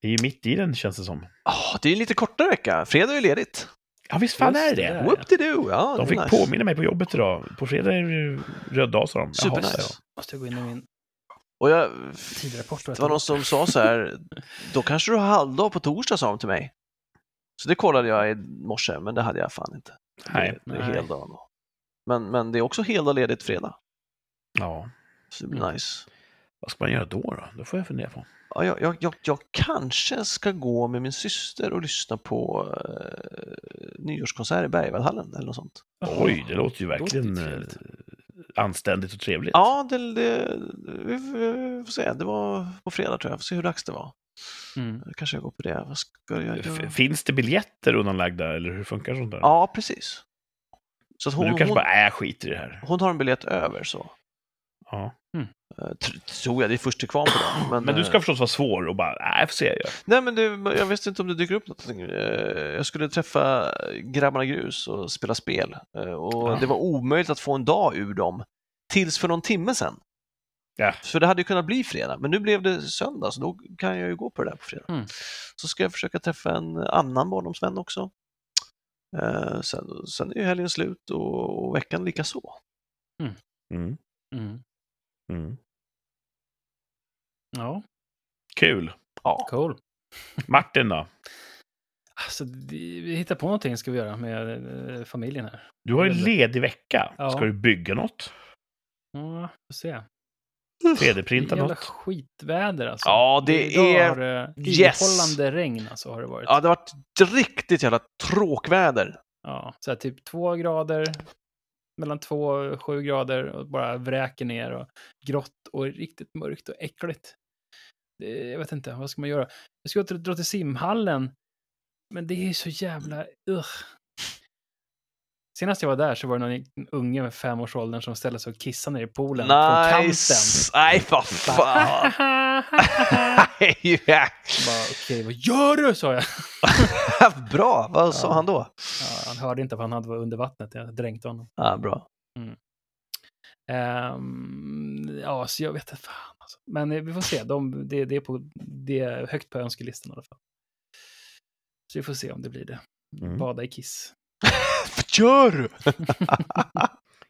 Det är ju mitt i den känns det som. Ja, Ah, det är ju en lite kortare vecka. Fredag är ju ledigt. Ja visst fan Just är det det. det. Ja, ja. Whoop de do ja, det De är fick nice. påminna mig på jobbet idag. På fredag är det ju röd dag sa de. Jaha, Supernice. sa jag. Måste jag gå in i min Och jag, tidrapport? det var någon som sa så här, då kanske du har halvdag på torsdag sa de till mig. Så det kollade jag i morse, men det hade jag fan inte. Nej. det, det är nej. heldag. då. Men, men det är också heldag ledigt fredag. Ja. Så det blir Mm. nice. Vad ska man göra då? då? Det får jag fundera på. Ja, jag, jag, jag, jag kanske ska gå med min syster och lyssna på eh, nyårskonsert i Bergvallhallen eller något sånt. Oj, det låter ju verkligen låter ju trevligt. eh, anständigt och trevligt. Ja, det, det, vi får vi får se. Det var på fredag tror jag. Får se hur dags det var. Mm. Kanske jag går på det. Vad ska jag göra? F- Finns det biljetter undanlagda eller hur funkar sånt där? Ja, precis. Så att Men hon, du kanske hon, bara, äh, jag skiter i det här. hon har en biljett över så. Ja. Eh, tr- Tror jag, det är först till kvarn på den. Men, Men du eh, ska förstås vara svår och bara, nej, jag får se. Jag gör. Nej, men det, jag visste inte om det dyker upp någonting. Eh, Jag skulle träffa grabbarna Grus och spela spel Eh, och Ja. det var omöjligt att få en dag ur dem tills för någon timme sedan. Ja. För det hade ju kunnat bli fredag, men nu blev det söndag så då kan jag ju gå på det där på fredag. Mm. Så ska jag försöka träffa en annan barndomsvän också. Eh, Sen, sen är ju helgen slut och, och veckan lika så. Mm. Mm. Mm. Ja, Kul. Ja, cool. Martin då? Alltså, det- vi hittar på någonting ska vi göra med eh, familjen här. Du har ju Eller- ledig vecka. Ja. Ska du bygga något? Ja, får se. 3D-printa Jävla något? skitväder alltså. Ja, det Idag är- har det eh, Yes! ihållande regn alltså har det varit. ja det har varit riktigt jävla tråkväder. Ja, så här, typ två grader, mellan två och sju grader och bara vräker ner och grått och riktigt mörkt och äckligt. Det, jag vet inte, vad ska man göra? Jag ska dra till simhallen, men det är så jävla... Ugh. Senast jag var där så var det någon unge med fem års åldern som ställde sig och kissade ner i poolen från kanten. Nice! Nej, vad fan! Nej, ja. Bara, Okej, vad gör du? sa jag. bra, vad sa Ja. han då? Ja, han hörde inte för han hade var under vattnet, jag dränkte honom. Ja, bra. Ehm, ja, så jag vet inte fan. Alltså. Men eh, vi får se. De, det, det, är på, det är högt på önskelistan i alla fall. Så vi får se om det blir det. Mm. Bada i kiss. Vad gör du?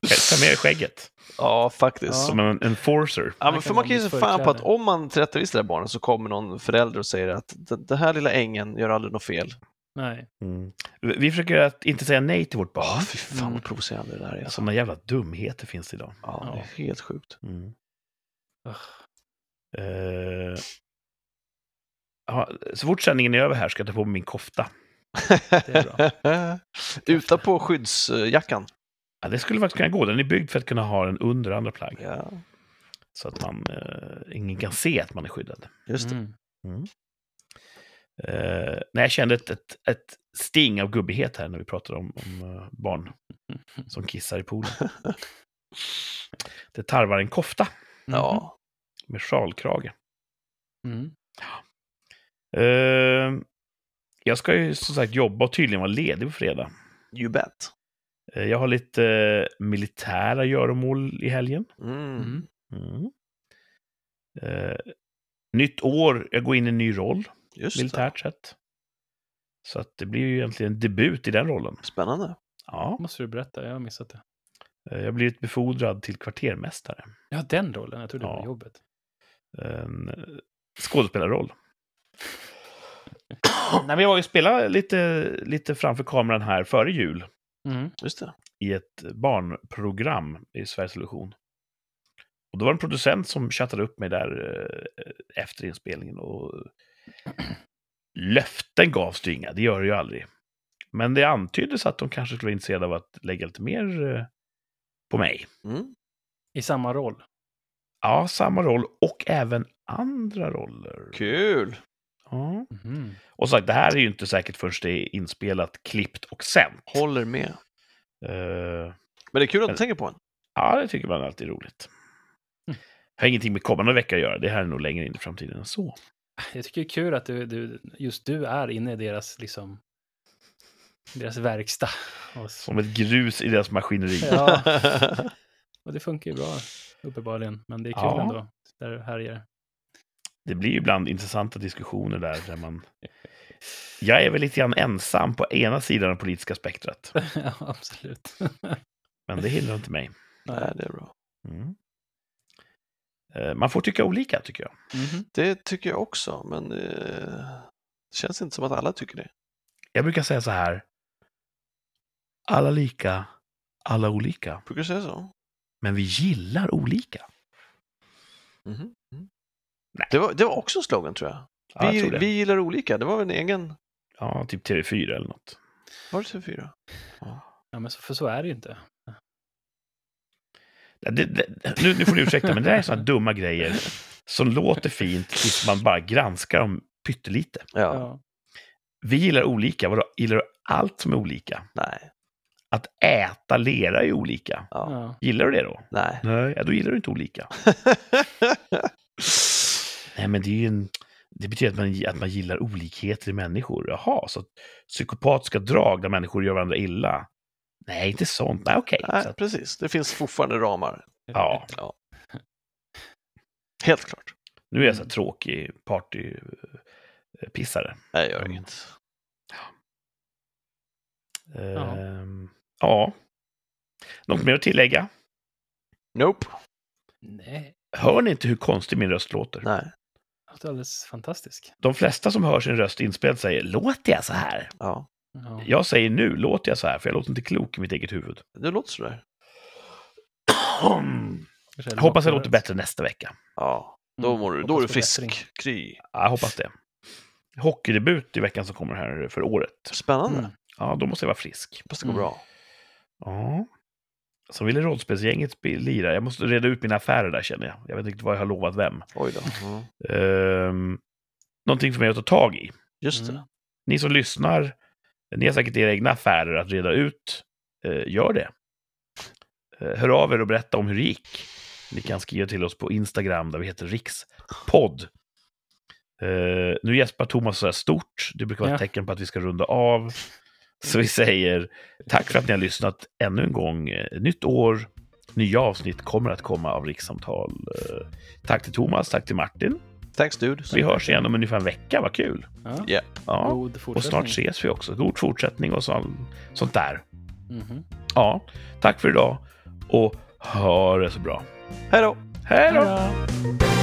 Ta med skägget. Ja, faktiskt. Ja. Ja. Som en enforcer. men kan för vara man kan ju se mitt fan på att förkläde. om man tillrättavisar det här barnet så kommer någon förälder och säger att den den här lilla ängen gör aldrig något fel. Nej. Mm. Vi vi försöker att inte säga nej till vårt barn. Ja, fy fan vad provocerande det där är. Alltså. Sådana jävla dumheter finns det idag. Mm. Ja, det är helt sjukt. Mm. Ugh. Eh, ja, så fort sändningen är över här ska jag ta på mig min kofta. är Utan på skyddsjackan. Ja, det skulle faktiskt kunna gå. Den är byggd för att kunna ha den under andra plagg. Ja, Så att man, eh, ingen kan se att man är skyddad. just det. Mm. Eh, nej, jag kände ett, ett, ett sting av gubbighet här när vi pratade om, om eh, barn som kissar i poolen. Det tarvar en kofta Ja. med sjalkrage. Mm. Eh, jag ska ju som sagt jobba och tydligen vara ledig på fredag. You bet. Eh, jag har lite eh, militära göromål i helgen. Mm. Mm. Mm. Eh, nytt år, jag går in i en ny roll Just det. militärt sett. Så att det blir ju egentligen en debut i den rollen. Spännande. Ja, måste du berätta, jag har missat det. eh, jag har blivit befordrad till kvartermästare. Ja, den rollen. Jag trodde det Ja. var jobbet. en eh, skådespelarroll. Nej, men jag var ju och spelade lite, lite framför kameran här före jul Mm. Just det. i ett barnprogram i Sveriges Television. Och då var det en producent som chattade upp mig där eh, efter inspelningen och löften gavs det ju inga, det gör det ju aldrig. Men det antyddes att de kanske skulle vara intresserade av att lägga lite mer eh, på mig. Mm. I samma roll. Ja, samma roll och även andra roller. Kul. Ja. Mhm. Och sagt, det här är ju inte säkert förrän det är inspelat, klippt och sänt. Håller med. Eh, Men det är kul att du Men- tänker på en. ja, det tycker man alltid är roligt. Mm. Har ingenting med kommande vecka att göra, det här är nog längre in i framtiden än så. Jag tycker det är kul att du, du, just du är inne i deras, liksom, deras verkstad. Och, så- Som ett grus i deras maskineri. ja, och det funkar ju bra, uppenbarligen. Men det är kul Ja. ändå, där du härjar. Det blir ju ibland intressanta diskussioner där, där man... Jag är väl lite grann ensam på ena sidan av det politiska spektrat, ja, absolut. men det hindrar inte mig. Nej, det är bra. Mm. Eh, Man får tycka olika, tycker jag. Mhm. Det tycker jag också, men eh, det känns inte som att alla tycker det. Jag brukar säga så här. Alla lika, alla olika. Brukar du säga så? men vi gillar olika. Mhm. Mm. Nej. Det, var, det var också en slogan tror jag. Ja, jag vi, tror det. vi gillar olika, det var en egen. ja typ TV4 eller något. Var det TV4? Ja, men så, för så är det ju inte. Det, det, nu, nu får du ursäkta, men det där är sådana dumma grejer som låter fint tills man bara granskar dem pyttelite. Ja. Ja. Vi gillar olika, vadå? Gillar du allt som är olika? Nej. Att äta lera är olika. Ja. Ja. Gillar du det då? Nej. Nej, ja, då gillar du inte olika. Nej, men det är ju en... Det betyder att man, att man gillar olikheter i människor. Jaha, så att psykopatiska drag där människor gör varandra illa? Nej, inte sånt. Nej, okej. Så Nej, att- precis. Det finns fortfarande ramar. Ja. Ja. Helt klart. Nu är jag så här tråkig eh, partypissare. Nej, gör Mm. inget. Ja. Ehm, ja. Något mer att tillägga? Nope. Nej, Hör ni inte hur konstig min röst låter? Nej. allt är alldeles fantastiskt. De flesta som hör sin röst inspelad säger låter jag så här? Ja. Ja. Jag säger nu låter jag så här, för jag låter inte klok i mitt eget huvud. Du låter sådär. Kanske Jag hoppas jag låter- låter bättre nästa vecka. Ja. Då, Mm, mår du, då hoppas är du på bättring. frisk, kry. Ja, jag hoppas det. Hockeydebut i veckan som kommer här för året. Spännande. Mm. Ja, då måste jag vara frisk. Hoppas det går Mm. bra. Ja. Så ville rollspelsgänget sp- lira. Jag måste reda ut mina affärer där känner jag. Jag vet inte riktigt vad jag har lovat vem. Oj då. Mm. Ehm, någonting för mig att ta tag i. Just det. Mm. Ni som lyssnar, ni har säkert era egna affärer att reda ut. Eh, gör det. Eh, hör av er och berätta om hur det gick. Ni kan skriva till oss på Instagram där vi heter Rikspodd. Eh, nu gäspar Thomas så här stort. Det brukar vara ett Ja. tecken på att vi ska runda av. Så vi säger tack för att ni har lyssnat ännu en gång. Eh, Nytt år, nya avsnitt kommer att komma av Rikssamtal. Eh, tack till Thomas, tack till Martin. Thanks dude. Vi hörs igen om ungefär en vecka, vad kul. Ja. Ja. Ja. God Och fortsättning. snart ses vi också. God fortsättning och sånt, sånt där. Mhm. Ja, tack för idag och ha det så bra. Hej då! Hej då! Hej då!